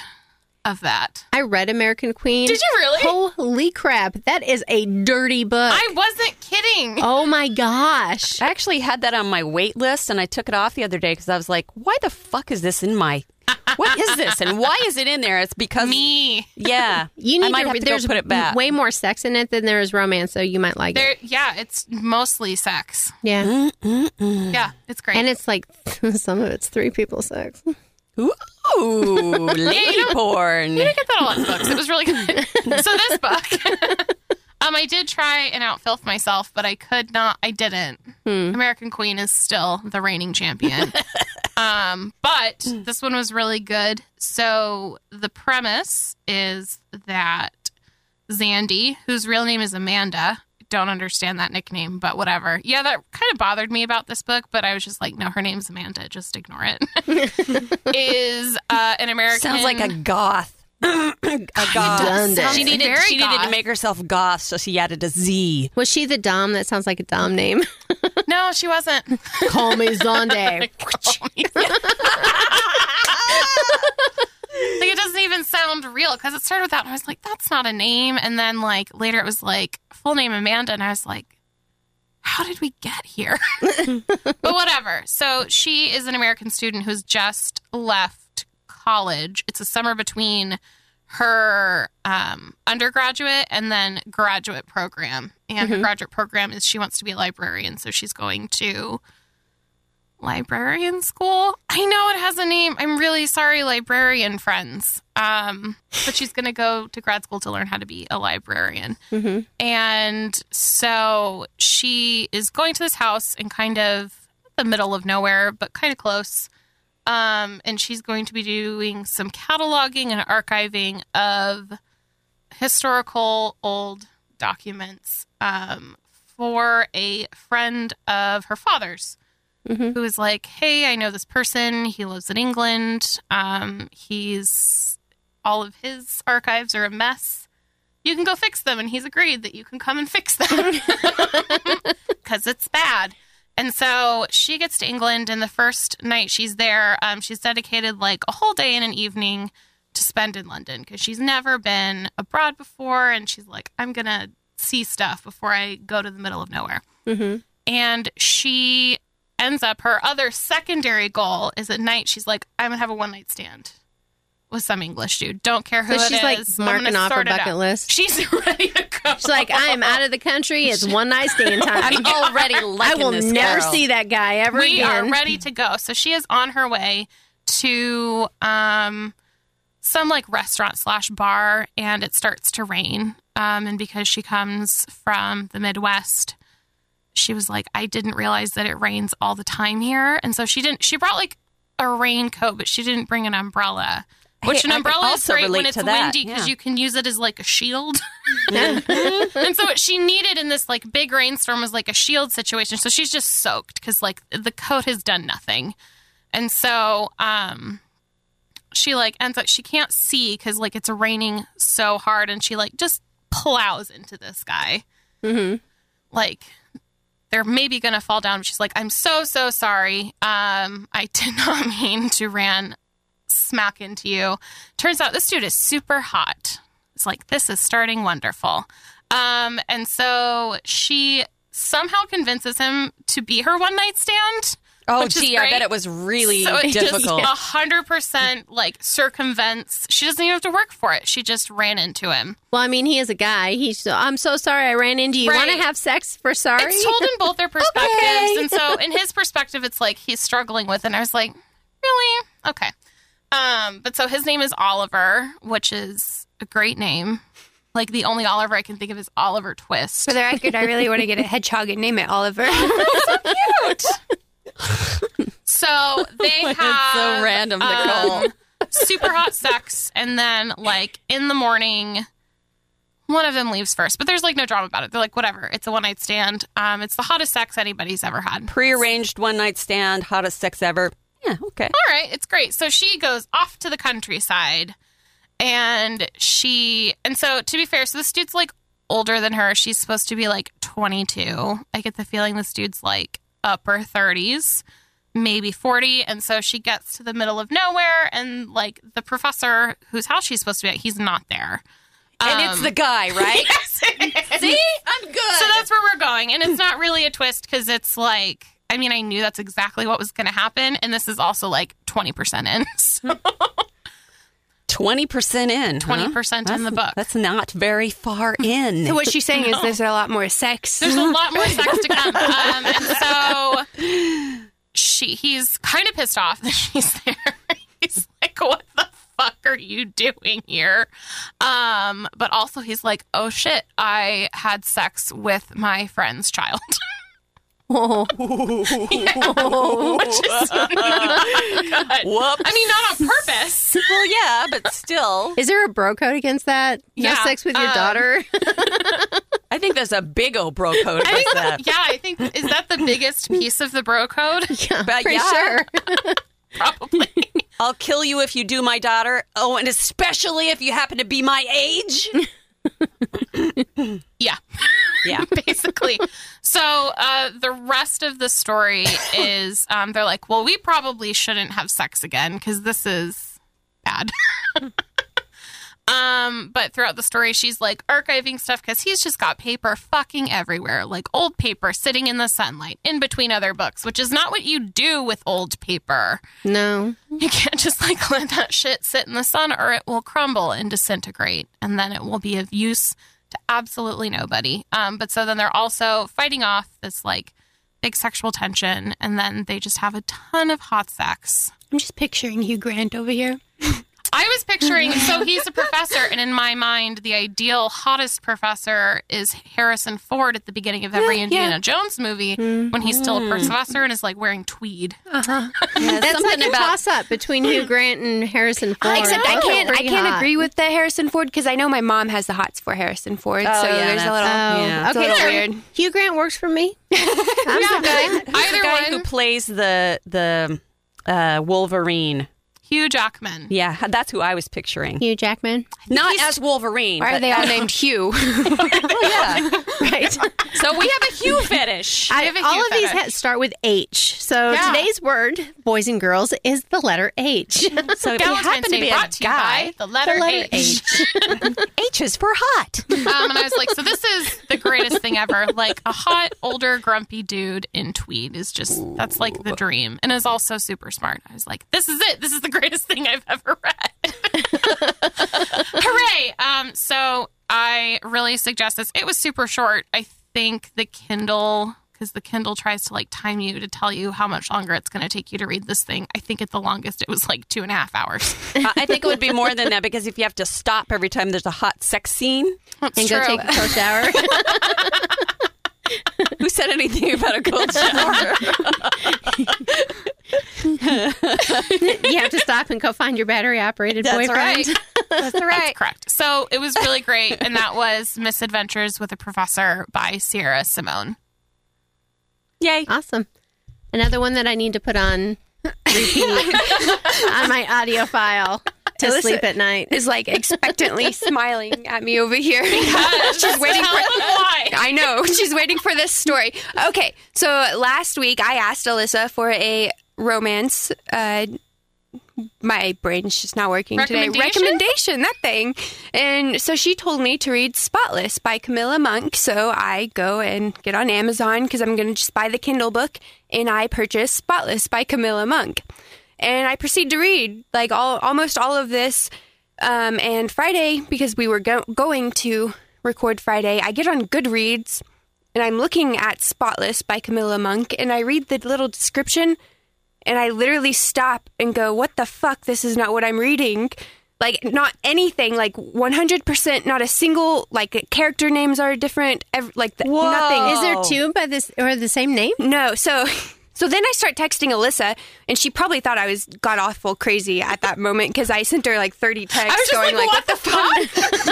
S3: of that
S5: I read American Queen.
S3: Did you really?
S5: Holy crap. That is a dirty book.
S3: i wasn't kidding
S5: oh my gosh.
S4: I actually had that on my wait list, and I took it off the other day because I was like, "Why the fuck is this in my? What is this? And why is it in there? It's because
S3: me
S4: Yeah,
S5: You need
S4: I might
S5: to,
S4: have to go
S5: there's
S4: put it back.
S5: way more sex in it than there is romance, so you might like
S3: there,
S5: it.
S3: yeah it's mostly sex
S5: Yeah.
S3: yeah it's great
S5: And it's like some of it's three people sex.
S4: Ooh, lady porn.
S3: I got that a lot of books. It was really good. so this book, um, I did try and outfilth myself, but I could not. I didn't.
S4: Hmm.
S3: American Queen is still the reigning champion. um, but this one was really good. So the premise is that Zandy, whose real name is Amanda. Don't understand that nickname, but whatever. Yeah, that kind of bothered me about this book, but I was just like, no, her name's Amanda. Just ignore it. is uh, an American.
S4: Sounds like a goth. a goth.
S5: Redundant.
S4: She needed,
S3: Very
S4: she needed to
S3: goth.
S4: make herself goth, so she added a Z.
S5: Was she the Dom? That sounds like a Dom name.
S3: No, she wasn't.
S5: Call me Zonde.
S3: Like it doesn't even sound real because it started with that, and I was like, "That's not a name." And then like later, it was like full name Amanda, and I was like, "How did we get here?" but whatever. So she is an American student who's just left college. It's a summer between her um, undergraduate and then graduate program, and her graduate program is she wants to be a librarian, so she's going to librarian school. I know it has a name. I'm really sorry, librarian friends. Um, but she's going to go to grad school to learn how to be a librarian. And so she is going to this house in kind of the middle of nowhere, but kind of close. Um, and she's going to be doing some cataloging and archiving of historical old documents um, for a friend of her father's who is like, "Hey, I know this person. He lives in England. Um, he's all of his archives are a mess. You can go fix them." And he's agreed that you can come and fix them because it's bad. And so she gets to England, and the first night she's there, um, she's dedicated like a whole day and an evening to spend in London because she's never been abroad before, and she's like, "I'm gonna see stuff before I go to the middle of nowhere.
S5: Mm-hmm.
S3: And she ends up, her other secondary goal is at night, she's like, I'm going to have a one night stand with some English dude. Don't care who
S5: So
S3: it
S5: she's, like,
S3: is. I'm
S5: marking
S3: gonna
S5: off her
S3: sort it
S5: bucket
S3: out.
S5: list?
S3: She's ready to go.
S5: She's like, I am out of the country. It's one night stand time.
S4: I'm already
S5: I
S4: liking
S5: will
S4: this
S5: never
S4: girl.
S5: see that guy ever
S3: we
S5: again.
S3: are ready to go. So she is on her way to um, some like restaurant slash bar, and it starts to rain. Um, and because she comes from the Midwest, she was like, I didn't realize that it rains all the time here, and so she didn't. She brought like a raincoat, but she didn't bring an umbrella. Which
S4: Hey,
S3: an
S4: I could
S3: umbrella is
S4: also
S3: great when
S4: relate
S3: it's
S4: to that,
S3: windy because
S4: yeah. Mm-hmm.
S3: you can use it as like a shield. and so what she needed in this like big rainstorm was like a shield situation. So she's just soaked because like the coat has done nothing, and so um, she like ends up she can't see because like it's raining so hard, and she like just plows into this guy.
S4: Mm-hmm.
S3: Like they're maybe gonna fall down. She's like, I'm so so sorry. Um, I did not mean to ran smack into you. Turns out this dude is super hot. It's like, this is starting wonderful. Um, and so she somehow convinces him to be her one night stand.
S4: Oh,
S3: which is
S4: gee, I
S3: great.
S4: bet it was really
S3: so it
S4: difficult.
S3: just hundred percent like circumvents. She doesn't even have to work for it. She just ran into him.
S5: Well, I mean, he is a guy. He's so, I'm so sorry I ran into you. Want
S3: Right.
S5: to have sex for sorry?
S3: It's told in both their perspectives. And so in his perspective, it's like he's struggling with it. And I was like, really? Okay. Um, but so his name is Oliver, which is a great name. Like the only Oliver I can think of is Oliver Twist.
S2: For the record, I really want to get a hedgehog and name it Oliver.
S3: So they have
S4: so random, Nicole.
S3: um, super hot sex, and then like in the morning, one of them leaves first. But there's like no drama about it. They're like, whatever. It's a one night stand. Um, it's the hottest sex anybody's ever had.
S4: Prearranged one night stand, hottest sex ever. Yeah, okay.
S3: all right, it's great. So she goes off to the countryside and she and so to be fair, so this dude's like older than her. She's supposed to be like 22. I get the feeling this dude's like upper 30s, maybe 40, and so she gets to the middle of nowhere and like the professor whose house she's supposed to be at, he's not there.
S4: and it's the guy,
S3: Um,
S4: right?
S3: See? I'm good. So that's where we're going. And it's not really a twist because it's like, I mean, I knew that's exactly what was going to happen. And this is also like 20% in.
S4: Uh-huh.
S3: So
S4: 20% in.
S3: 20%
S4: huh?
S3: in the
S4: That's-
S3: book.
S4: That's not very far in.
S2: so what she's saying is there's a lot more sex.
S3: there's a lot more sex to come. Um, and so she, he's kind of pissed off that she's there. He's like, what the fuck are you doing here? Um, but also he's like, oh shit, I had sex with my friend's child.
S5: Oh.
S3: Which is not good.
S4: Whoops.
S3: I mean, not on purpose.
S4: well, yeah, but still.
S5: Is there a bro code against that?
S3: Yeah.
S5: No sex with your
S3: Um,
S5: daughter?
S4: I think there's a big old bro code
S3: I
S4: with
S3: think,
S4: that.
S3: yeah, I think is that the biggest piece of the bro code?
S4: But
S5: for
S4: yeah,
S5: sure.
S3: Probably.
S4: I'll kill you if you do my daughter. Oh, and especially if you happen to be my age.
S3: Yeah,
S4: Yeah.
S3: basically. So uh, the rest of the story is um, they're like, well, we probably shouldn't have sex again because this is bad. um, but throughout the story, she's like archiving stuff because he's just got paper fucking everywhere, like old paper sitting in the sunlight in between other books, which is not what you do with old paper.
S5: No.
S3: You can't just like let that shit sit in the sun or it will crumble and disintegrate and then it will be of use to absolutely nobody. Um, but so then they're also fighting off this like big sexual tension and then they just have a ton of hot sex.
S2: I'm just picturing Hugh Grant over here.
S3: I was picturing, so he's a professor, and in my mind, the ideal hottest professor is Harrison Ford at the beginning of every Indiana Jones movie when he's still
S4: Hmm.
S3: a professor and is like wearing tweed.
S5: That's like a toss up between Hugh Grant and Harrison Ford.
S2: Except I
S5: Both are
S2: can't. I
S5: Oh, pretty
S2: can't
S5: hot.
S2: agree with the Harrison Ford because I know my mom has the hots for Harrison Ford.
S4: Oh,
S2: so
S4: yeah,
S2: there's a
S4: that's-
S2: little.
S5: Oh,
S4: Yeah.
S2: It's a
S5: okay.
S2: little
S5: so
S2: weird.
S5: Hugh Grant works for me. I'm the guy.
S4: the
S3: Either
S4: guy
S3: one.
S4: who plays the the uh, Wolverine.
S3: Hugh Jackman.
S4: Yeah, that's who I was picturing.
S5: Hugh Jackman.
S4: Not as Wolverine.
S2: Why are
S4: but
S2: they all
S4: as-
S2: named Hugh?
S4: yeah.
S5: Right.
S4: So we have a Hugh fetish.
S5: I,
S3: have a
S5: all
S3: Hugh
S5: of these
S3: fetish.
S5: ha- start with H. So
S3: Yeah.
S5: today's word, boys and girls, is the letter H.
S4: So if you
S3: Valentine's
S4: happen to
S3: Day
S4: be a
S3: brought to you
S4: guy,
S3: by the letter,
S5: letter
S3: H.
S4: H is for hot.
S3: Um, and I was like, so this is the greatest thing ever. Like a hot, older, grumpy dude in tweed is just that's like the dream, and is also super smart. I was like, this is it. This is the greatest thing I've ever read. Hooray! Um, so I really suggest this. It was super short. I think the Kindle. Because the Kindle tries to like time you to tell you how much longer it's going to take you to read this thing. I think at the longest it was like two and a half hours.
S4: Uh, I think it would be more than that because if you have to stop every time there's a hot sex scene,
S3: That's
S5: and go take a cold shower.
S4: who said anything about a cold shower?
S5: you have to stop and go find your battery operated boyfriend.
S4: That's right.
S3: Correct. So it was really great. And that was Misadventures with a Professor by Sierra Simone.
S4: Yay.
S5: Awesome. Another one that I need to put on repeat on my audio file to
S2: Alyssa-
S5: sleep at night.
S2: Is like expectantly smiling at me over here. She's waiting
S3: Tell
S2: for.
S3: them why.
S2: I know. She's waiting for this story. Okay. So last week I asked Alyssa for a romance. Uh, my brain's just not working today.
S3: Recommendation?
S2: Recommendation, that thing. And so she told me to read Spotless by Camilla Monk. So I go and get on Amazon because I'm going to just buy the Kindle book and I purchase Spotless by Camilla Monk. And I proceed to read like all almost all of this. Um, and Friday, because we were go- going to record Friday, I get on Goodreads and I'm looking at Spotless by Camilla Monk and I read the little description and I literally stop and go, "What the fuck? This is not what I'm reading." Like not anything. Like 100%. Not a single. Like character names are different. Ev- like th-
S4: Whoa.
S2: nothing.
S5: Is there
S4: Oh.
S5: two by this or the same name?
S2: No. So so then I start texting Alyssa, and she probably thought I was god awful crazy at that moment because I sent her like thirty texts going like, "What the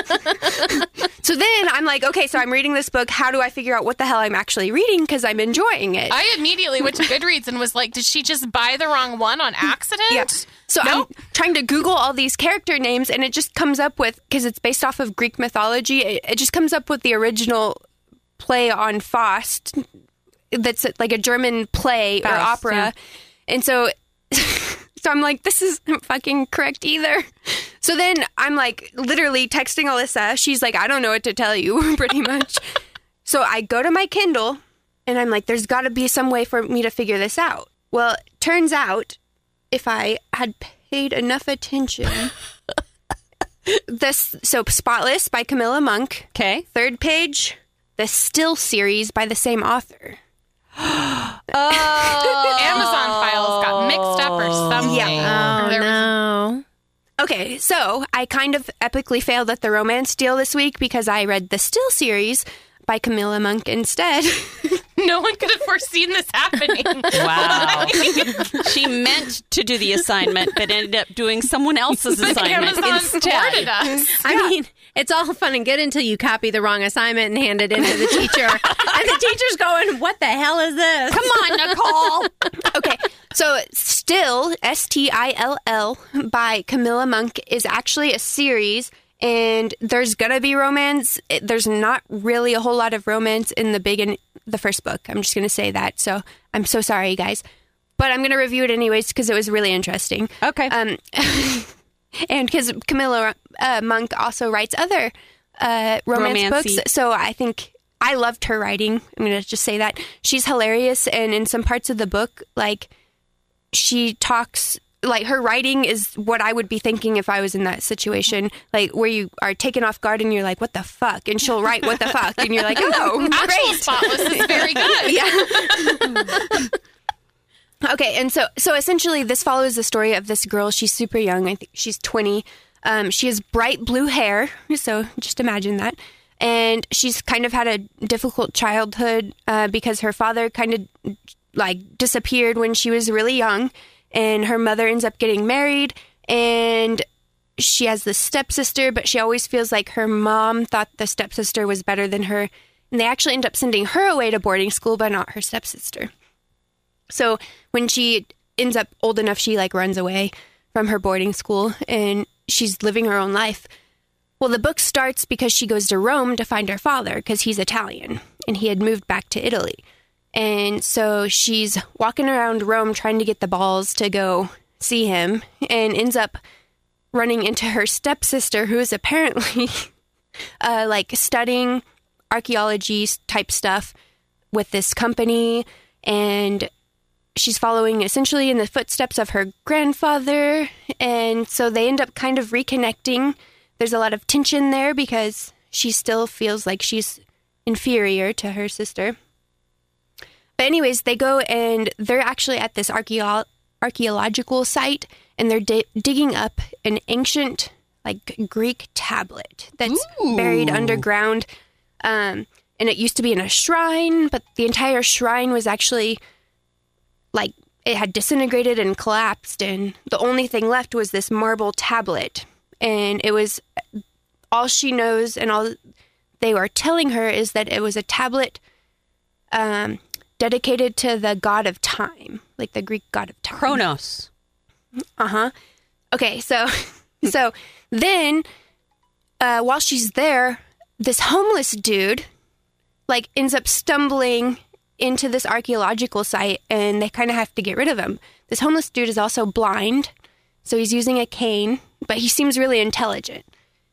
S2: fuck?" so then I'm like, "Okay, so I'm reading this book. How do I figure out what the hell I'm actually reading because I'm enjoying it?"
S3: I immediately went to Goodreads and was like, did she just buy the wrong one on accident?
S2: Yeah. So
S3: Nope.
S2: I'm trying to Google all these character names, and it just comes up with because it's based off of Greek mythology. It, it just comes up with the original play on Faust. That's like a German play or
S4: Faust,
S2: opera,
S4: yeah.
S2: and so so I'm like, this isn't fucking correct either. So then I'm like, literally texting Alyssa. She's like, I don't know what to tell you, pretty much. So I go to my Kindle and I'm like, there's got to be some way for me to figure this out. Well, turns out if I had paid enough attention, this so Spotless by Camilla Monk,
S4: Okay.
S2: third page, the Still series by the same author.
S3: Amazon files got mixed up or something.
S5: Oh
S3: Or there was-
S5: no.
S2: Okay, so I kind of epically failed at the romance deal this week because I read the Still series by Camilla Monk instead.
S3: no one could have foreseen this happening.
S4: Wow. she meant to do the assignment, but ended up doing someone else's assignment
S3: Amazon thwarted
S4: instead.
S3: us.
S5: I mean, it's all fun and good until you copy the wrong assignment and hand it in to the teacher. and the teacher's going, What the hell is this?
S4: Come on, Nicole.
S2: okay, so Still, S T I L L, by Camilla Monk is actually a series, and there's gonna be romance. It- There's not really a whole lot of romance in the big and the first book. I'm just gonna say that. So I'm so sorry, guys, but I'm gonna review it anyways because it was really interesting.
S4: Okay.
S2: Um, and because Camilla uh, Monk also writes other uh, romance
S4: Romancy.
S2: books, so I think I loved her writing. I'm gonna just say that she's hilarious, and in some parts of the book, like she talks. Like her writing is what I would be thinking if I was in that situation, like where you are taken off guard and you're like, "What the fuck?" and she'll write, "What the fuck?" and you're like, "Oh,
S3: Actual
S2: great."
S3: spotless is very good.
S2: yeah. okay, and so so essentially, this follows the story of this girl. She's super young. I think she's twenty. Um, she has bright blue hair, so just imagine that. And she's kind of had a difficult childhood uh, because her father kind of like disappeared when she was really young, and her mother ends up getting married and she has this stepsister, but she always feels like her mom thought the stepsister was better than her. And they actually end up sending her away to boarding school, but not her stepsister. So when she ends up old enough, she like runs away from her boarding school and she's living her own life. Well, the book starts because she goes to Rome to find her father because he's Italian and he had moved back to Italy. And so she's walking around Rome trying to get the balls to go see him and ends up running into her stepsister, who is apparently uh, like studying archaeology type stuff with this company. And she's following essentially in the footsteps of her grandfather. And so they end up kind of reconnecting. There's a lot of tension there because she still feels like she's inferior to her sister. But, anyways, they go and they're actually at this archaeo- archaeological site and they're di- digging up an ancient, like, Greek tablet that's buried underground. Um, and it used to be in a shrine, but the entire shrine was actually like it had disintegrated and collapsed and the only thing left was this marble tablet and it was all she knows and all they are telling her is that it was a tablet um, dedicated to the god of time like the greek god of time
S4: Kronos.
S2: uh-huh okay so so then uh, while she's there this homeless dude like ends up stumbling into this archaeological site and they kind of have to get rid of him this homeless dude is also blind so he's using a cane but he seems really intelligent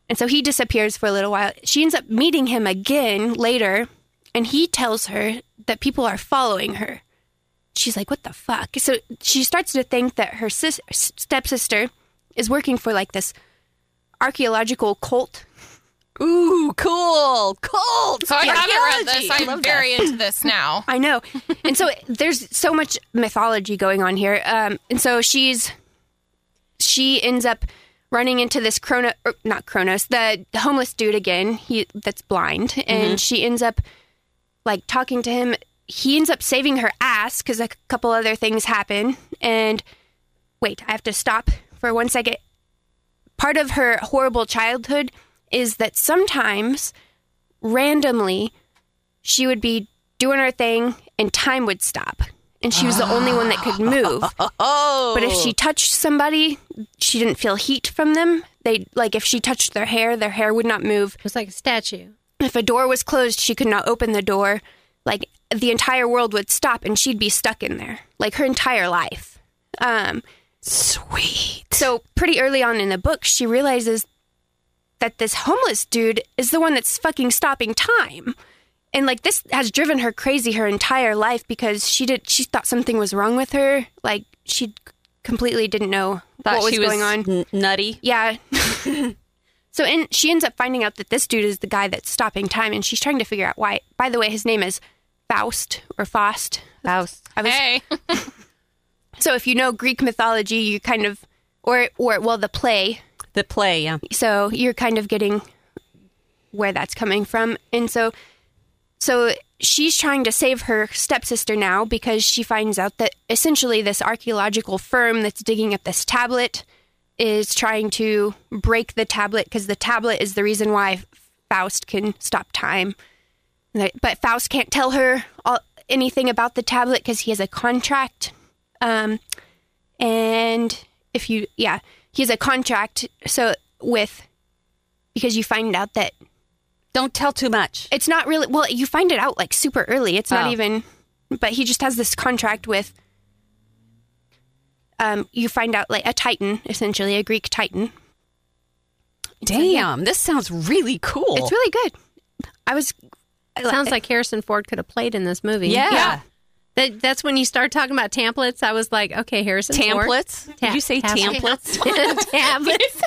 S2: and so he disappears for a little while she ends up meeting him again later and he tells her that people are following her she's like, "What the fuck?" So she starts to think that her sis- stepsister is working for like this archaeological cult.
S4: Ooh, cool. Cool.
S3: So I haven't read
S4: Archaeology.
S3: this. I'm
S4: Love
S3: very into this now.
S2: I know, and so there's so much mythology going on here. Um, and so she's she ends up running into this Chrono, or not Chronos, the homeless dude again. He that's blind, and she ends up like talking to him. He ends up saving her ass because a c- couple other things happen. And wait, I have to stop for one second. Part of her horrible childhood is that sometimes, randomly, she would be doing her thing and time would stop. And she was the only one that could move.
S4: Oh.
S2: But if she touched somebody, she didn't feel heat from them. They like if she touched their hair, their hair would not move
S5: It was like a statue.
S2: if a door was closed, she could not open the door. Like the entire world would stop and she'd be stuck in there, like her entire life. Um,
S4: Sweet.
S2: so, pretty early on in the book, she realizes that this homeless dude is the one that's fucking stopping time. And like this has driven her crazy her entire life because she did she thought something was wrong with her. Like she completely didn't know
S4: Thought
S2: what was
S4: she
S2: going on.
S4: n- nutty.
S2: Yeah. so and she ends up finding out that this dude is the guy that's stopping time, and she's trying to figure out why. By the way, his name is Faust or Faust.
S4: House.
S2: I was-
S3: Hey,
S2: So if you know Greek mythology, you kind of or or well the play,
S4: The play, yeah.
S2: so you're kind of getting where that's coming from, and so so she's trying to save her stepsister now because she finds out that essentially this archaeological firm that's digging up this tablet is trying to break the tablet because the tablet is the reason why Faust can stop time. Right, But Faust can't tell her all, anything about the tablet because he has a contract. Um, and if you, yeah, he has a contract. So with, because you find out that
S4: Don't tell too much.
S2: it's not really well you find it out like super early it's not
S4: Oh.
S2: even but he just has this contract with um you find out like a titan essentially a greek titan
S4: Damn, this sounds really cool.
S2: it's really good i was
S5: Sounds like Harrison Ford could have played in this movie.
S4: yeah.
S2: Yeah.
S5: That, that's when you start talking about templates. I was like, okay, Harrison Ford.
S4: Tamplets? Did you say
S5: Ta-
S4: tamplets?
S5: Tablets.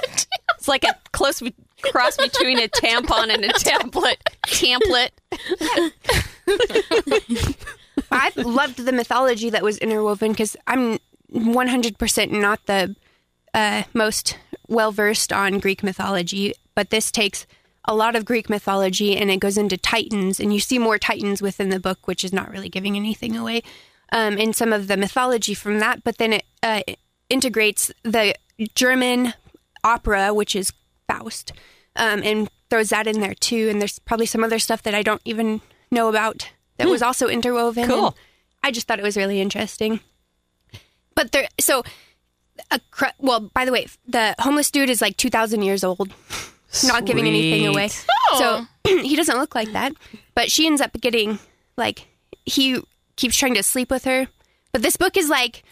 S4: It's like a close be- cross between a tampon and a template. Tamplet.
S2: i loved the mythology that was interwoven because i'm 100% not the uh, most well versed on greek mythology but this takes a lot of greek mythology and it goes into titans and you see more titans within the book which is not really giving anything away um, and some of the mythology from that but then it uh, integrates the german opera which is faust um, and throws that in there too and there's probably some other stuff that i don't even know about that was also interwoven
S4: Cool.
S2: And i just thought it was really interesting but there so a cr- well, by the way, the homeless dude is like 2,000 years old, not giving anything away. So
S3: Oh.
S2: he doesn't look like that. But she ends up getting, like, he keeps trying to sleep with her. But this book is like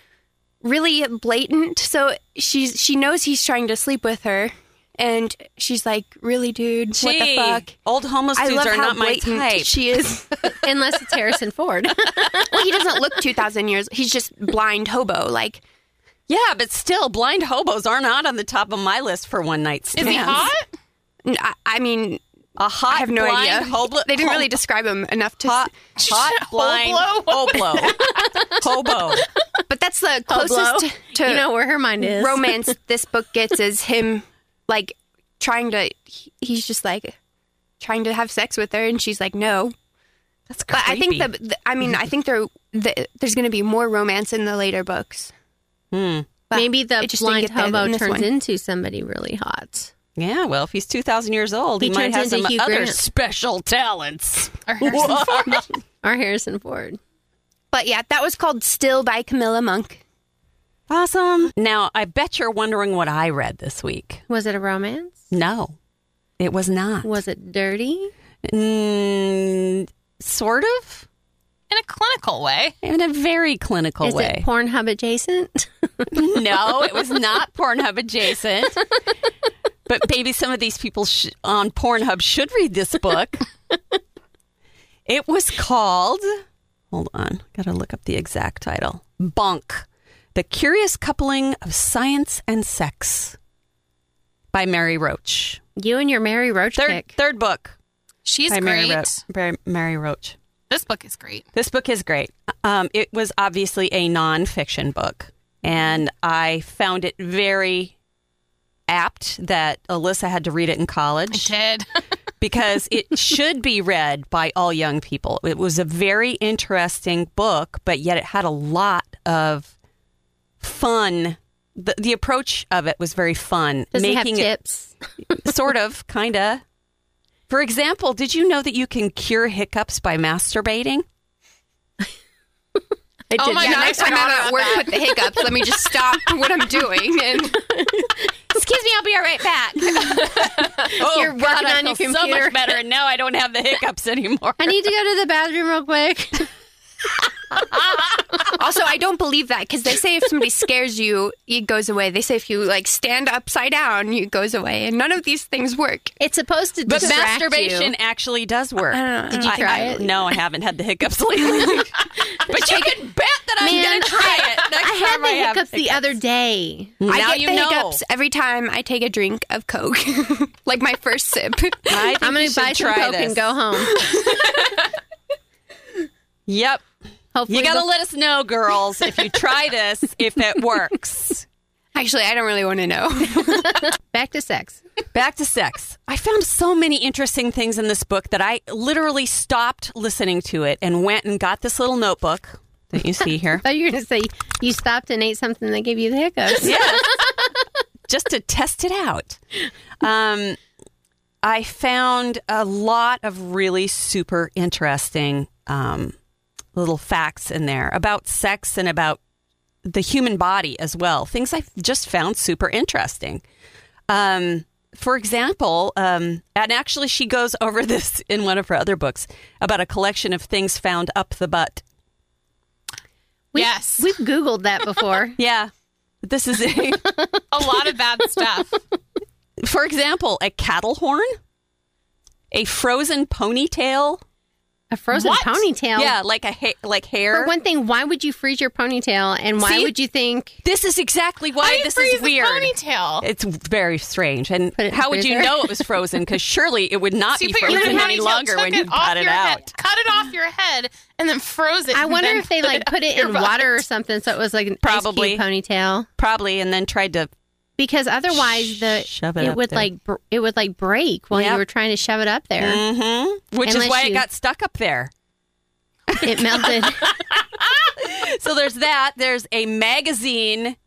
S2: really blatant. So she's she knows he's trying to sleep with her. And she's like, really, dude? What the
S4: Gee,
S2: fuck?
S4: Old homeless
S2: I
S4: dudes
S2: love
S4: are
S2: how
S4: not my
S2: blatant
S4: type.
S2: she is.
S5: unless it's Harrison Ford.
S2: well, he doesn't look 2,000 years. He's just blind hobo. Like,
S4: Yeah, but still, blind hobos are not on the top of my list for one night
S3: Is
S4: stands.
S3: he hot?
S2: n- I, I mean,
S4: A hot,
S2: I have no
S4: blind
S2: idea.
S4: hoblo-
S2: they didn't really
S4: hob-
S2: describe him enough to.
S4: hot, hot blind hoblo. hobo.
S2: But that's the
S5: Pablo.
S2: closest to, to
S5: you know where her mind is.
S2: romance this book gets is him like trying to. he- He's just like trying to have sex with her, and she's like, no.
S4: That's
S2: But
S4: creepy.
S2: I think the, the I mean, I think there the, there's going to be more romance in the later books. But
S5: Hmm. Maybe the
S2: it just didn't
S5: blind
S2: get there
S5: hobo
S2: in this
S5: turns
S2: one.
S5: into somebody really hot.
S4: Yeah, well, if he's 2,000 years old, he,
S5: He
S4: might
S5: turns
S4: have
S5: into
S4: some
S5: Hugh
S4: other
S5: Grant.
S4: special talents.
S3: Or Harrison Ford?
S5: Or Harrison Ford.
S2: But yeah, that was called "Still" by Camilla Monk.
S4: Awesome. Now, I bet you're wondering what I read this week.
S5: Was it a romance?
S4: No, it was not.
S5: Was it dirty?
S4: Mm, sort of.
S3: In a clinical way.
S4: In a very clinical
S5: Is
S4: way.
S5: it Pornhub adjacent?
S4: no, it was not Pornhub adjacent. but maybe some of these people sh- on Pornhub should read this book. it was called, hold on, got to look up the exact title Bunk The Curious Coupling of Science and Sex by Mary Roach.
S5: you and your Mary Roach
S4: Third,
S5: pick.
S4: third book
S3: She's
S4: by Mary,
S3: great.
S4: Ro- by Mary Roach.
S3: This book is great.
S4: This book is great. Um, it was obviously a nonfiction book, and I found it very apt that Alyssa had to read it in
S3: I
S4: college
S3: did.
S4: because it should be read by all young people. It was a very interesting book, but yet it had a lot of fun. The, the approach of it was very fun,
S5: Does it have
S4: making it
S5: tips?
S4: sort of, kind of. For example, did you know that you can cure hiccups by masturbating?
S5: I
S3: Oh
S5: did
S3: my
S5: that.
S2: Yeah,
S3: God, I
S2: next time
S3: forgot
S2: I'm
S3: about
S2: at work
S3: that.
S2: with the hiccups, let me just stop what I'm doing and
S6: Excuse me, I'll be all right back.
S4: Oh,
S5: You're working
S4: God, I
S5: on your
S4: feel So
S5: computer.
S4: much better, and now I don't have the hiccups anymore.
S5: I need to go to the bathroom real quick.
S2: Also, I don't believe that because they say if somebody scares you, it goes away. They say if you like stand upside down, it goes away, and none of these things work.
S5: It's supposed to
S4: but
S5: distract
S4: masturbation
S5: you.
S4: actually does work.
S5: Did you
S4: I-
S5: try
S4: I-
S5: it?
S4: No, I haven't had the hiccups lately. but you can bet that I'm
S5: Man,
S4: going to try it. Next
S5: I had
S4: time
S5: the
S4: I have
S5: hiccups the other day.
S4: Now
S2: I get
S4: you
S2: the
S4: know.
S5: Oh.
S2: hiccups every time I take a drink of Coke, like my first sip.
S4: I think you
S5: I'm going to
S4: should
S5: buy some
S4: try
S5: coke
S4: this.
S5: and go home.
S4: Yep.
S5: Hopefully,
S4: You got to
S5: bef-
S4: let us know, girls, if you try this, if it works.
S2: Actually, I don't really want to know.
S5: back to sex.
S4: Back to sex. I found so many interesting things in this book that I literally stopped listening to it and went and got this little notebook that you see here.
S5: Oh, you're going to say you stopped and ate something that gave you the hiccups.
S4: just to test it out. Um, I found a lot of really super interesting um, little facts in there about sex and about the human body as well. Things I just found super interesting. Um, for example, um, and actually, she goes over this in one of her other books about a collection of things found up the butt.
S5: We've-
S3: yes.
S5: We've Googled that before.
S4: Yeah, this is a,
S3: a lot of bad stuff.
S4: for example, a cattle horn, a frozen ponytail.
S5: A frozen
S3: What?
S5: ponytail.
S4: Yeah, like a ha- like hair.
S5: For one thing, why would you freeze your ponytail? And why
S4: See?
S5: would you think
S4: this is exactly why
S3: I
S4: this
S3: freeze
S4: is
S3: a
S4: weird.
S3: Ponytail.
S4: It's very strange. And
S5: Put it in
S4: how would you
S5: freezer.
S4: know it was frozen? Because surely it would not
S3: So
S4: be
S3: you put your
S4: frozen
S3: ponytail,
S4: any longer
S3: took
S4: when you
S3: off
S4: cut it
S3: your
S4: out.
S3: head- cut it off your head and then froze it.
S5: I
S3: and
S5: wonder
S3: then
S5: if they like put it
S3: your
S5: in
S3: butt.
S5: water or something, so it was like an
S4: Probably.
S5: ice cube ponytail.
S4: Probably, and then tried to.
S5: Because otherwise, the
S4: Shove it
S5: it,
S4: up
S5: would
S4: there.
S5: like br- it would like break while
S4: Yep.
S5: you were trying to shove it up there.
S4: Mm-hmm. Which is
S5: Unless
S4: why it
S5: you-
S4: got stuck up there.
S5: It melted.
S4: So there's that. There's a magazine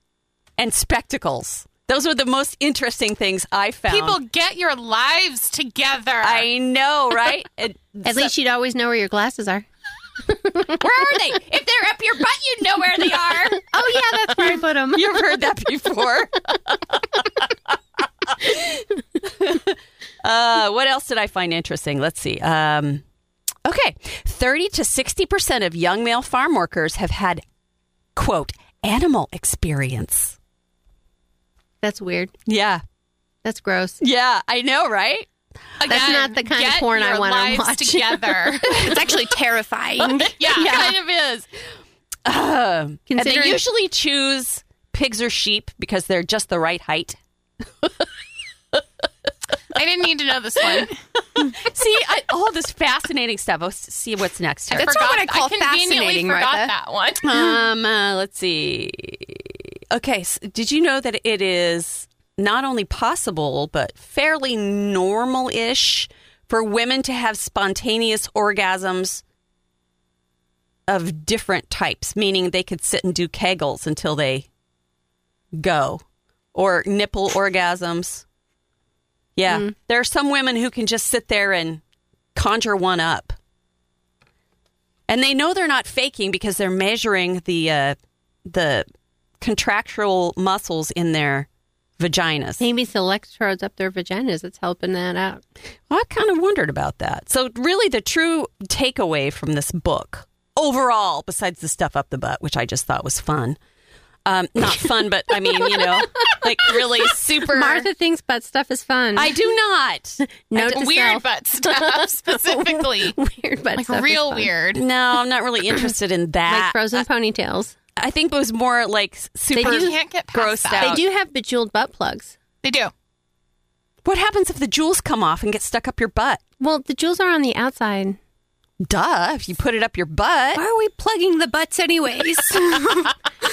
S4: and spectacles. Those were the most interesting things I found.
S3: People get your lives together.
S4: I know, right? It-
S5: At least you'd always know where your glasses are.
S6: Where are they? If they're up your butt, you know where they are.
S5: Oh yeah, that's where I put them.
S4: You've heard that before. uh, what else did I find interesting? Let's see. Um, okay. 30 to 60% of young male farm workers have had, quote, animal experience.
S5: That's weird.
S4: Yeah.
S5: That's gross.
S4: Yeah. I know, right?
S3: Again,
S5: not the kind of
S3: get
S5: porn I
S3: your
S5: wanna
S3: lives
S5: watch.
S3: Together.
S2: It's actually terrifying.
S3: yeah,
S4: kind of is. Um, and they
S5: Considering-
S4: usually choose pigs or sheep because they're just the right height.
S3: I didn't need to know this one.
S4: See, I, all this fascinating stuff. Let's see what's next. Here.
S2: That's not what I call
S3: conveniently
S2: fascinating,
S3: forgot
S2: Martha.
S3: that one.
S4: Um, uh, let's see. Okay, s did you know that it is not only possible but fairly normal-ish for women to have spontaneous orgasms of different types, meaning they could sit and do kegels until they go, or nipple orgasms. Yeah, there are some women who can just sit there and conjure one up. And they know they're not faking because they're measuring the uh, the contractual muscles in their vaginas.
S5: Maybe it's electrodes up their vaginas that's helping that out.
S4: Well, I kind of wondered about that. So, really, the true takeaway from this book overall, besides the stuff up the butt, which I just thought was fun. Um, not fun, but I mean, you know, like really super.
S5: Martha thinks butt stuff is fun.
S4: I do not.
S5: Note to
S3: Weird
S5: self,
S3: butt stuff specifically.
S5: weird butt
S3: like
S5: stuff is
S3: real
S5: fun.
S3: weird.
S4: No, I'm not really interested in that.
S5: Like frozen ponytails.
S4: I think it was more like super
S3: do- Can't get past
S4: grossed
S3: that.
S5: They
S4: out.
S5: do have bejeweled butt plugs.
S3: They do.
S4: What happens if the jewels come off and get stuck up your butt?
S5: Well, the jewels are on the outside.
S4: Duh, if you put it up your butt.
S2: Why are we plugging the butts anyways?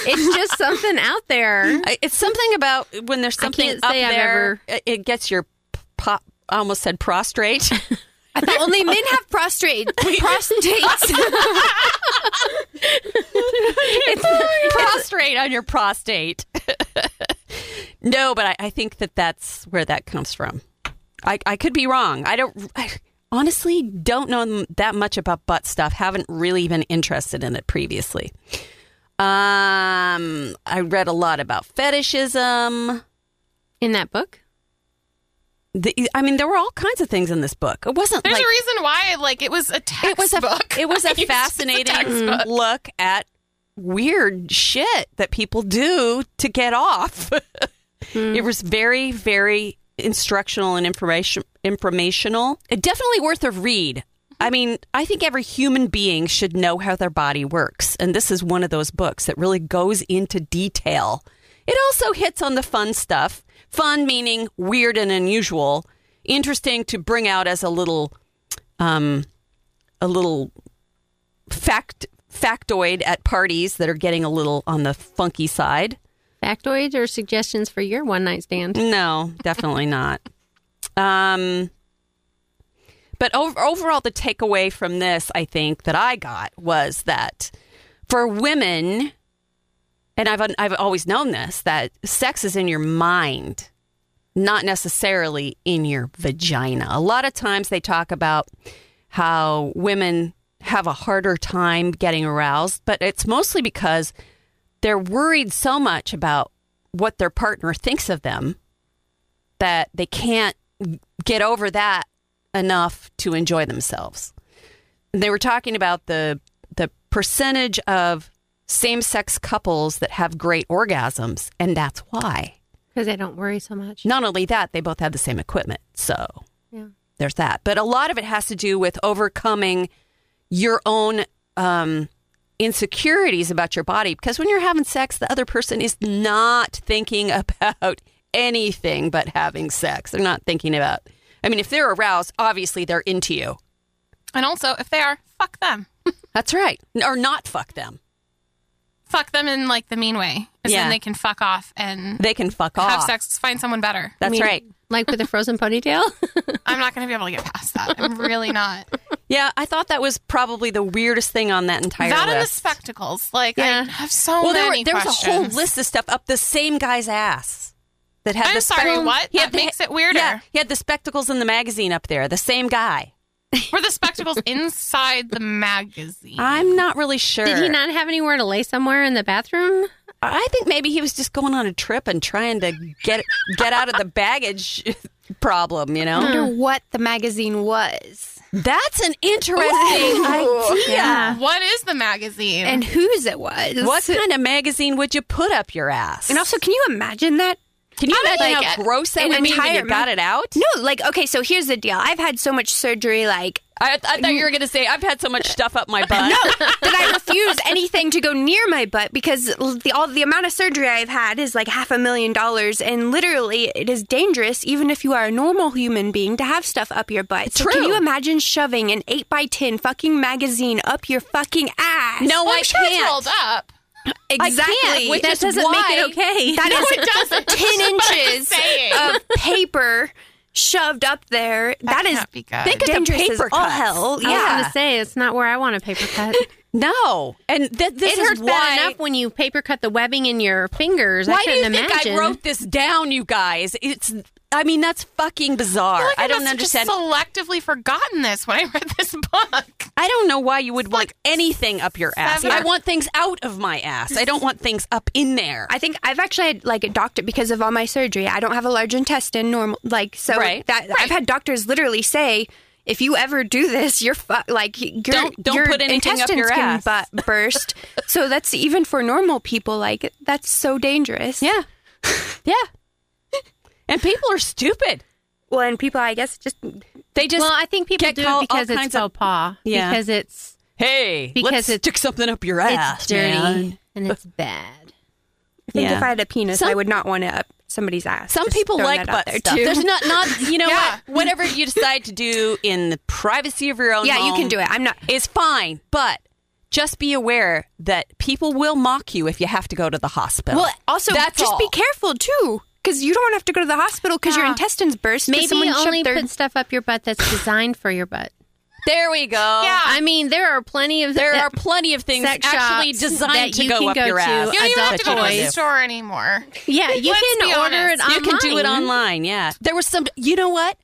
S5: It's just something out there.
S4: I- It's something about when there's something
S5: can't
S4: up
S5: say I've
S4: there, it- it gets your p- pop. I almost said prostrate.
S2: I thought only men have prostrate prostates.
S4: prostrate on your prostate. no, but I, I think that that's where that comes from. I, I could be wrong. I don't. I honestly don't know m- that much about butt stuff. Haven't really been interested in it previously. Um, I read a lot about fetishism.
S5: In that book?
S4: The, I mean, there were all kinds of things in this book. It wasn't
S3: There's
S4: like
S3: a reason why. Like it was a textbook.
S4: it was a it was
S3: I
S4: a
S3: used the
S4: fascinating
S3: textbook.
S4: look at weird shit that people do to get off. It was very very instructional and information informational. It definitely worth a read. I mean, I think every human being should know how their body works, and this is one of those books that really goes into detail. It also hits on the fun stuff. Fun meaning weird and unusual, interesting to bring out as a little um, a little fact factoid at parties that are getting a little on the funky side.
S5: Factoids or suggestions for your one night stand?
S4: No, definitely not. Um, but over, overall, the takeaway from this, I think, that I got was that for women, and I've I've always known this that sex is in your mind, not necessarily in your vagina. A lot of times they talk about how women have a harder time getting aroused, but it's mostly because they're worried so much about what their partner thinks of them that they can't get over that enough to enjoy themselves. And they were talking about the the percentage of same-sex couples that have great orgasms and that's why.
S5: Because I don't worry so much.
S4: Not only that, they both have the same equipment. So
S5: Yeah.
S4: there's that. But a lot of it has to do with overcoming your own um, insecurities about your body. Because when you're having sex, the other person is not thinking about anything but having sex. They're not thinking about, I mean, if they're aroused, obviously they're into you.
S3: And also, if they are, fuck them.
S4: That's right. Or not fuck them.
S3: Fuck them in like the mean way. As
S4: Yeah.
S3: in they can fuck off and
S4: They can fuck off.
S3: have sex. Find someone better.
S4: That's
S5: I mean,
S4: right.
S5: Like with a frozen ponytail?
S3: I'm not going to be able to get past that. I'm really not.
S4: Yeah, I thought that was probably the weirdest thing on that entire
S3: that and the
S4: list.
S3: spectacles. Like I have so
S4: well, there,
S3: many.
S4: were, there was a whole
S3: questions.
S4: list of stuff up the same guy's ass that had
S3: I'm
S4: the
S3: sorry,
S4: spec-
S3: what?
S4: He
S3: That
S4: had the-
S3: makes it weirder.
S4: Yeah, he had the spectacles in the magazine up there. The same guy.
S3: Were the spectacles inside the magazine?
S4: I'm not really sure.
S5: Did he not have anywhere to lay somewhere in the bathroom?
S4: I think maybe he was just going on a trip and trying to get get out of the baggage problem. You know,
S2: I wonder what the magazine was
S4: that's an interesting idea.
S3: What is the magazine?
S2: and whose it was.
S4: What kind of magazine would you put up your ass?
S2: And also, can you imagine that?
S4: can you
S2: I mean,
S4: imagine
S2: like,
S4: how gross that
S2: an
S4: would be when
S2: entire
S4: you got
S2: ma-
S4: it out?
S2: No, like okay, so here's the deal. I've had so much surgery, like
S4: I, I thought you were going to say I've had so much stuff up my butt.
S2: that I refuse anything to go near my butt because l- the all the amount of surgery I've had is like half a million dollars, and literally it is dangerous even if you are a normal human being to have stuff up your butt. So
S4: True.
S2: can you imagine shoving an eight by ten fucking magazine up your fucking ass?
S4: No,
S3: Well,
S4: I
S3: I'm sure it's
S4: can't.
S3: rolled up.
S2: exactly.
S4: which
S2: that
S4: is
S2: doesn't make
S4: why-
S2: it okay. That is ten inches
S3: saying.
S2: of paper shoved up there. That is
S3: can't be good.
S4: Think of the
S2: dangerous
S4: paper
S2: as all
S4: cuts.
S2: hell.
S5: I was going
S2: Yeah.
S5: to say it's not where I want a paper cut.
S4: No, and th- this
S5: it
S4: is
S5: hurts
S4: why.
S5: bad enough when you paper cut the webbing in your fingers.
S4: why
S5: I
S4: do
S5: couldn't
S4: you think
S5: imagine.
S4: I wrote this down, you guys? It's. I mean, that's fucking bizarre. I,
S3: feel like I,
S4: don't
S3: must have just
S4: understand.
S3: selectively forgotten this when I read this book.
S4: I don't know why you would want anything up your ass.
S3: seven
S4: I
S3: or-
S4: want things out of my ass. I don't want things up in there.
S2: I think I've actually had like a doctor because of all my surgery. I don't have a large intestine normal like so
S4: Right.
S2: that I've had doctors literally say if you ever do this, you're fu- like your
S4: Don't- don't
S2: your
S4: put anything up
S2: intestines
S4: your
S2: can
S4: ass.
S2: bu- burst. so that's even for normal people like that's so dangerous.
S4: yeah, yeah. And people are stupid.
S2: Well, and people I guess just
S4: They just
S5: Well, I think people
S4: get
S5: do
S4: called
S5: it because
S4: all
S5: it's
S4: kinds
S5: faux
S4: of-
S5: pas.
S4: Yeah.
S5: Because it's
S4: hey
S5: because
S4: let's
S5: it's-
S4: stick something up your
S5: it's
S4: ass,
S5: dirty
S4: Ah, man.
S5: and it's bad.
S2: I think
S4: Yeah.
S2: if I had a penis,
S4: Some-
S2: I would not want it up somebody's ass.
S4: Some
S2: Just
S4: people
S2: throwing
S4: like
S2: that out
S4: butt
S2: there,
S4: stuff.
S2: too.
S4: There's not not you know
S3: Yeah.
S4: what whatever you decide to do in the privacy of your own.
S2: Yeah, you can
S4: home
S2: do it. I'm not-
S4: Is fine, but just be aware that people will mock you if you have to go to the hospital.
S2: Well, also
S4: that's
S2: just
S4: all.
S2: be careful too, because you don't have to go to the hospital because your
S3: Yeah.
S2: intestines burst. 'cause
S5: Maybe
S2: someone shoved
S5: only
S2: their-
S5: put stuff up your butt that's designed for your butt.
S4: There we go.
S3: Yeah.
S5: I mean, there are plenty of
S4: There
S5: that-
S4: are plenty of things
S5: Sex
S4: actually
S5: shops
S4: designed
S5: that
S4: to
S5: you
S4: go
S5: can
S4: up
S5: go
S4: your
S5: to.
S4: ass.
S5: You
S3: You don't even have
S4: that
S3: to go to
S4: you
S3: the
S4: do.
S3: store anymore.
S5: Yeah, you
S3: Let's
S5: can
S3: be
S5: order
S3: honest.
S5: it online.
S4: You can do it online. Yeah, there was some. You know what?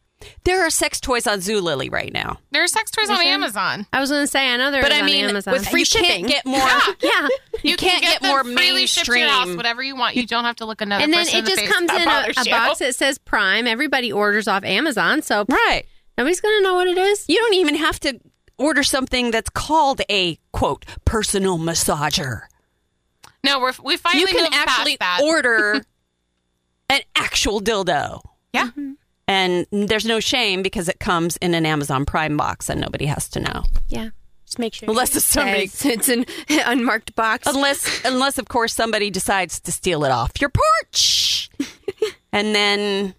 S4: There are sex toys on Zulily right now.
S3: There are sex toys on Amazon.
S5: I was going to say, I know there
S4: But
S5: is
S4: I
S5: on
S4: mean,
S5: Amazon.
S4: with free
S5: You can't
S4: shipping, get more.
S5: yeah.
S3: You,
S4: can't get
S3: them
S4: more
S3: freely shipped to your
S4: mainstream.
S3: house, whatever you want. You don't have to look another
S5: And then
S3: person
S5: it
S3: the
S5: just
S3: face.
S5: comes
S3: That
S5: in a,
S3: bothers
S5: a
S3: you.
S5: box that says Prime. Everybody orders off Amazon, so
S4: Right.
S5: nobody's going to know what it is.
S4: You don't even have to order something that's called a quote personal massager.
S3: No, we're, we finally
S4: You can
S3: moved
S4: actually
S3: past that.
S4: order an actual dildo.
S3: yeah.
S5: Mm-hmm.
S4: And there's no shame because it comes in an Amazon Prime box and nobody has to know.
S5: Yeah.
S2: Just make sure.
S4: Unless it's somebody-
S2: Says it's an unmarked box.
S4: Oh, Unless unless of course somebody decides to steal it off your porch. and then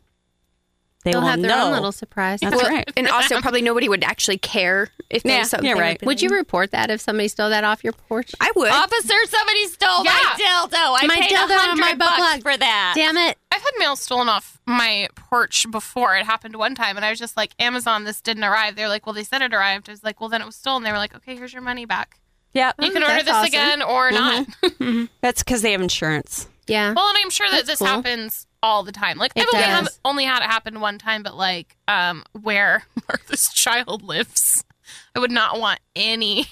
S4: they
S5: They'll
S4: will
S5: have their
S4: know.
S5: own little surprise.
S4: That's
S5: Well,
S4: right.
S2: and also, probably nobody would actually care if there
S4: Yeah,
S2: was something.
S4: you're right.
S5: Would you report that if somebody stole that off your porch?
S2: I would.
S6: Officer, somebody stole my
S3: Yeah.
S6: dildo. I
S5: My
S6: paid
S5: dildo on
S6: 100
S5: my butt
S6: bucks
S5: plug.
S6: for that.
S5: Damn it.
S3: I've had mail stolen off my porch before. It happened one time, and I was just like, Amazon, this didn't arrive. They were like, well, they said it arrived. I was like, well, then it was stolen. They were like, okay, here's your money back.
S4: Yeah.
S3: You can order
S5: Oh, that's
S3: this
S5: awesome. Mm-hmm.
S3: again or not.
S4: That's because they have insurance.
S5: Yeah.
S3: Well, and I'm sure that this
S5: That's cool.
S3: happens all the time. Like
S5: It
S3: I've only, have,
S5: does.
S3: only had it happen one time, but like um, where Martha's child lives, I would not want any
S5: Uh,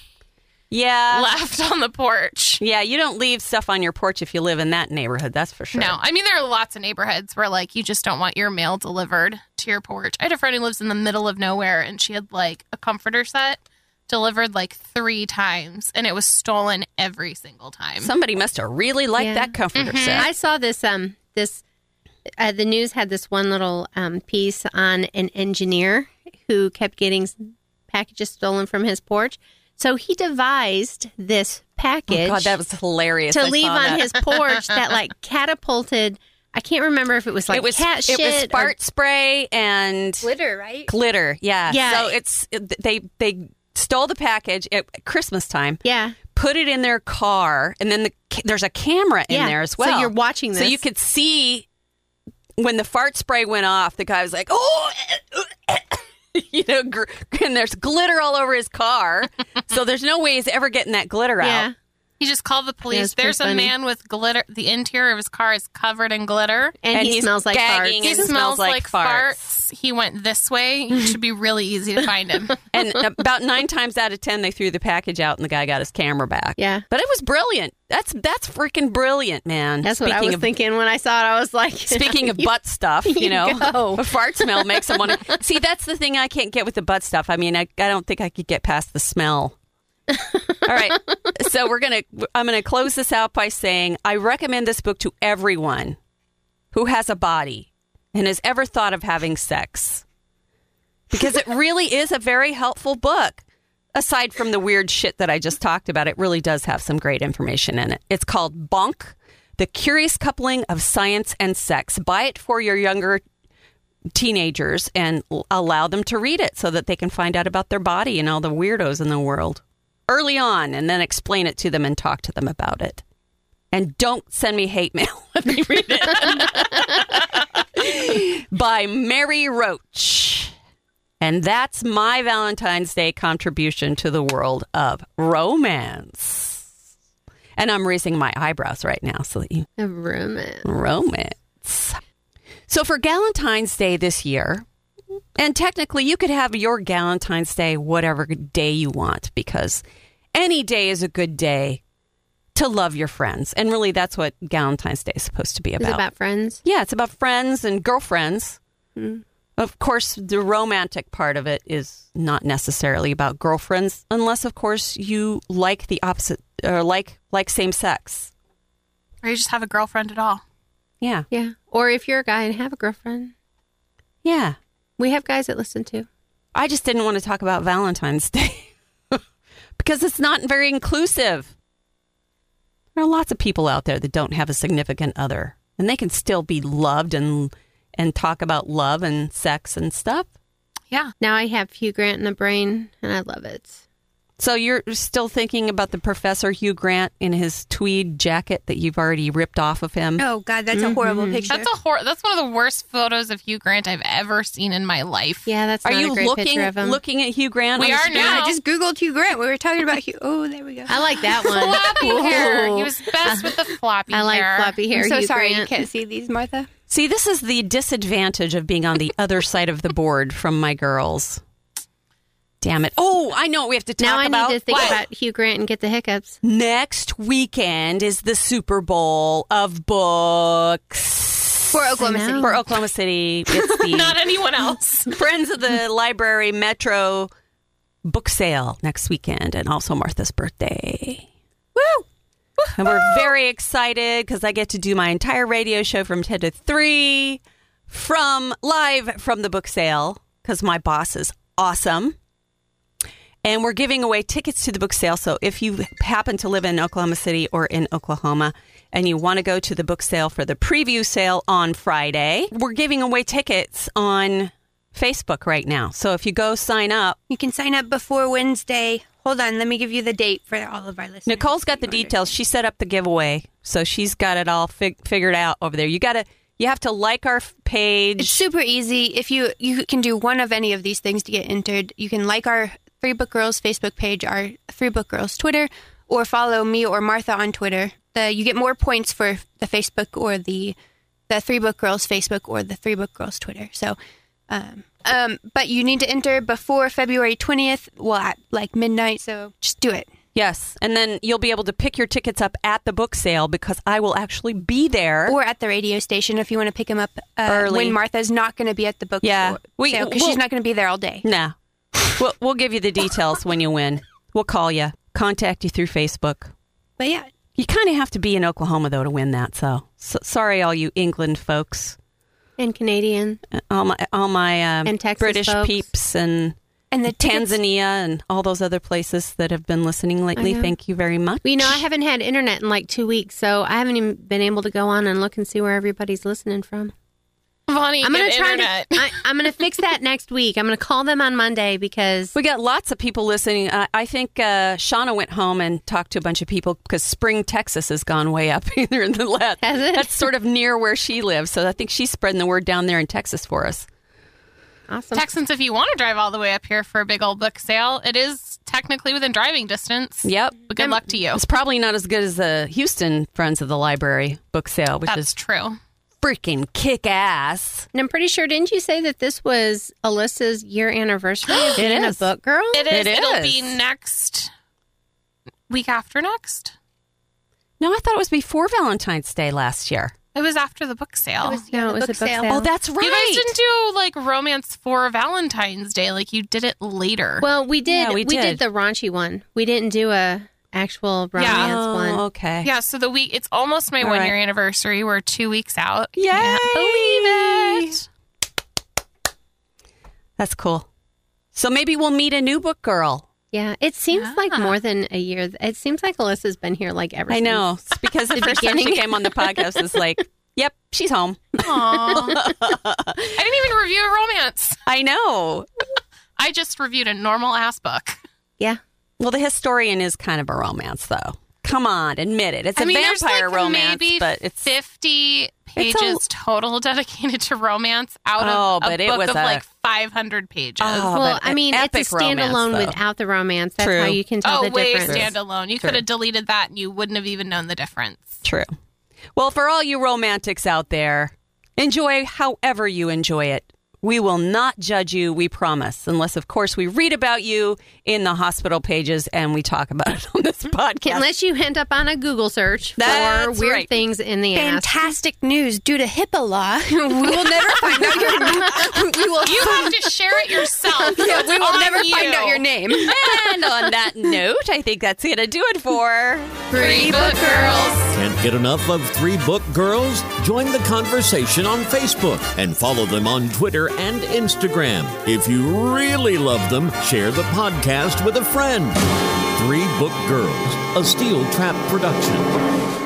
S4: Yeah.
S3: left on the porch.
S4: yeah, you don't leave stuff on your porch if you live in that neighborhood, that's for sure.
S3: No, I mean there are lots of neighborhoods where like you just don't want your mail delivered to your porch. I had a friend who lives in the middle of nowhere, and she had like a comforter set delivered like three times, and it was stolen every single time.
S4: Somebody must have really liked
S5: Yeah. Mm-hmm.
S4: that comforter set.
S5: I saw this. Um, this uh, the news had this one little um, piece on an engineer who kept getting s- packages stolen from his porch. So he devised this package
S4: Oh, God, that was hilarious.
S5: to
S4: I
S5: leave
S4: saw
S5: on
S4: that.
S5: his porch that like catapulted. I can't remember if it was like
S4: it was
S5: cat
S4: it
S5: shit.
S4: was
S5: or-
S4: fart spray and
S2: glitter, right?
S4: glitter. Yeah,
S5: Yeah.
S4: So it's it, they they stole the package at Christmas time,
S5: yeah,
S4: put it in their car, and then the, ca- there's a camera in
S5: Yeah.
S4: there as
S5: So
S4: well.
S5: you're watching
S4: so
S5: this.
S4: you could see when the fart spray went off. The guy was like, oh. You know, gr- and there's glitter all over his car, so there's no way he's ever getting that glitter
S5: yeah.
S4: out.
S3: He just called the police.
S5: it's pretty
S3: There's a
S5: funny.
S3: man with glitter. The interior of his car is covered in glitter.
S5: And,
S4: And
S5: he
S4: he's
S5: smells like
S4: gagging
S5: farts.
S3: He
S4: and
S3: smells,
S4: smells
S3: like
S4: like
S3: farts. He went this way. It should be really easy to find him.
S4: and about nine times out of ten, they threw the package out, and the guy got his camera back.
S5: Yeah.
S4: but it was brilliant. That's that's freaking brilliant, man.
S5: That's what I was
S4: of,
S5: thinking when I saw it. I was like,
S4: Speaking of butt stuff, you,
S5: you
S4: know,
S5: go.
S4: a fart smell makes them want to. See, that's the thing I can't get with the butt stuff. I mean, I, I don't think I could get past the smell. All right, so we're gonna. I'm gonna close this out by saying I recommend this book to everyone who has a body and has ever thought of having sex because it really is a very helpful book. Aside from the weird shit that I just talked about, it really does have some great information in it. It's called Bonk The Curious Coupling of Science and Sex. Buy it for your younger teenagers and l- allow them to read it so that they can find out about their body and all the weirdos in the world early on and then explain it to them and talk to them about it. And don't send me hate mail when they read it. By Mary Roach. And that's my Valentine's Day contribution to the world of romance. And I'm raising my eyebrows right now so that you
S5: a romance.
S4: romance. So for Galentine's Day this year, and technically you could have your Galentine's Day whatever day you want because any day is a good day to love your friends. And really that's what Galentine's Day is supposed to be
S5: Is it about friends?
S4: yeah, it's about friends and girlfriends. Of course, the romantic part of it is not necessarily about girlfriends, unless, of course, you like the opposite or like like same sex.
S3: Or you just have a girlfriend at all.
S4: Yeah,
S5: Yeah. Or if you're a guy and have a girlfriend,
S4: yeah.
S5: we have guys that listen to.
S4: I just didn't want to talk about Valentine's Day because it's not very inclusive. There are lots of people out there that don't have a significant other, and they can still be loved and and talk about love and sex and stuff.
S3: Yeah.
S5: Now I have Hugh Grant in the brain, and I love it.
S4: So you're still thinking about the professor Hugh Grant in his tweed jacket that you've already ripped off of him?
S2: Oh God, that's
S4: Mm-hmm.
S2: a horrible picture.
S3: That's a hor- That's one of the worst photos of Hugh Grant I've ever seen in my life.
S5: Yeah, that's
S4: are
S5: not
S4: you
S5: a great
S4: looking
S5: picture of him.
S4: looking at Hugh Grant?
S3: We
S4: on his-
S3: are
S2: yeah,
S3: now.
S2: I just googled Hugh Grant. We were talking about Hugh. Oh, there we go.
S5: I like that one.
S3: floppy hair. He was best with the floppy
S5: Oh. I like
S3: hair.
S5: floppy hair.
S2: I'm so
S5: Hugh
S2: sorry you
S5: Grant.
S2: can't see these, Martha.
S4: See, this is the disadvantage of being on the other side of the board from my girls. Damn it! Oh, I know what we have to talk
S5: Now I
S4: about.
S5: need to think
S4: What?
S5: about Hugh Grant and get the hiccups.
S4: Next weekend is the Super Bowl of books
S2: For Oklahoma
S5: I know.
S2: City.
S4: for Oklahoma City. It's the
S3: Not anyone else.
S4: Friends of the Library Metro book sale next weekend and also Martha's birthday. Woo! And we're very excited because I get to do my entire radio show from 10 to 3 from live from the book sale because my boss is awesome. And we're giving away tickets to the book sale. So if you happen to live in Oklahoma City or in Oklahoma and you want to go to the book sale for the preview sale on Friday, we're giving away tickets on Facebook right now. So if you go sign up,
S2: You can sign up before Wednesday. Hold on, let me give you the date for all of our listeners.
S4: Nicole's got the details. She set up the giveaway. So she's got it all fig- figured out over there. You got to. You have to like our f- page.
S2: It's super easy. If you you can do one of any of these things to get entered, you can like our Three Book Girls Facebook page, our Three Book Girls Twitter, or follow me or Martha on Twitter. The, you get more points for the Facebook or the the Three Book Girls Facebook or the Three Book Girls Twitter. So, um, um, but you need to enter before February twentieth. Well, at like midnight. So just do it.
S4: Yes, and then you'll be able to pick your tickets up at the book sale because I will actually be there.
S2: or at the radio station if you want to pick him up uh,
S4: Early.
S2: when Martha's not going to be at the bookstore.
S4: Yeah. We-
S2: because
S4: we'll-
S2: she's not going to be there all day.
S4: No. We'll, we'll give you the details when you win. We'll call you, contact you through Facebook.
S2: But yeah,
S4: You kind of have to be in Oklahoma, though, to win that. So, so sorry, all you England folks,
S5: And Canadian.
S4: Uh, all my, all my um,
S5: And Texas
S4: British
S5: folks.
S4: peeps and
S2: and the tickets-
S4: Tanzania and all those other places that have been listening lately.
S5: know.
S4: Thank you very much.
S5: Well, you know, I haven't had internet in like two weeks, so I haven't even been able to go on and look and see where everybody's listening from.
S3: Bonnie,
S5: I'm gonna
S3: good
S5: try
S3: internet.
S5: to. I, I'm gonna fix that next week. I'm gonna call them on Monday because
S4: We got lots of people listening. I, I think uh, Shauna went home and talked to a bunch of people because Spring, Texas has gone way up either in the left.
S5: Has it?
S4: That's sort of near where she lives. So I think she's spreading the word down there in Texas for us.
S5: awesome.
S3: Texans, if you want to drive all the way up here for a big old book sale, it is technically within driving distance.
S4: Yep.
S3: But good luck to you.
S4: It's probably not as good as the Houston Friends of the Library book sale, which
S3: That's
S4: is
S3: true.
S4: freaking kick ass.
S5: And I'm pretty sure, didn't you say that this was Alyssa's year anniversary of
S4: It
S5: being
S4: is.
S5: a book girl?
S3: It is.
S4: It
S3: It'll
S4: is.
S3: be next week after next.
S4: No, I thought it was before Valentine's Day last year.
S3: It was after the book sale.
S5: no, it was a book sale.
S4: Oh, that's right.
S3: You guys didn't do like romance for Valentine's Day. Like you did it later.
S5: Well, we did,
S4: Yeah, we
S5: we,
S4: did.
S5: did. the raunchy one. We didn't do a actual romance
S4: oh,
S5: one.
S4: okay.
S3: yeah. So the week, it's almost my
S4: All
S3: one
S4: right.
S3: year anniversary. We're two weeks out.
S4: Yay!
S3: Can't believe it.
S4: That's cool. So maybe we'll meet a new book girl.
S5: Yeah, it seems like
S3: Ah.
S5: more than a year. It seems like Alyssa's been here like ever.
S4: I
S5: since.
S4: know. It's because the first time she
S5: beginning.
S4: came on the podcast was like, yep, she's home.
S3: Aw. I didn't even review a romance.
S4: I know.
S3: I just reviewed a normal ass book.
S5: Yeah,
S4: Well, the historian is kind of a romance, though. Come on, admit it. It's a
S3: I mean, there's
S4: vampire
S3: like
S4: romance,
S3: maybe
S4: but it's
S3: 50
S4: It's a-
S3: pages total dedicated to romance out
S4: Oh,
S3: of a
S4: but it
S3: book
S4: was
S3: of
S4: a-
S3: like 500 pages.
S4: Oh,
S5: well,
S4: but
S5: I
S4: an
S5: mean,
S4: epic
S5: it's a standalone
S4: romance, though.
S5: without the romance. That's
S4: True.
S5: how you can tell
S3: oh,
S5: the
S3: way
S5: difference.
S3: standalone. You could have deleted that and you wouldn't have even known the difference.
S4: true. Well, for all you romantics out there, enjoy however you enjoy it. We will not judge you, we promise, unless, of course, we read about you in the hospital pages and we talk about it on this podcast.
S5: Unless you end up on a Google search for
S4: That's
S5: weird
S4: right.
S5: things in the ass.
S2: Fantastic news due to HIPAA law. We will never find out your name. We will,
S3: You have to share it yourself.
S2: yeah, we will
S3: on
S2: never
S3: you.
S2: find out your name.
S4: and on that note, I think that's going to do it for.
S3: Three book girls.
S7: Can't get enough of Three Book Girls? Join the conversation on Facebook and follow them on Twitter and Instagram. If you really love them, share the podcast with a friend. Three Book Girls, a Steel Trap production.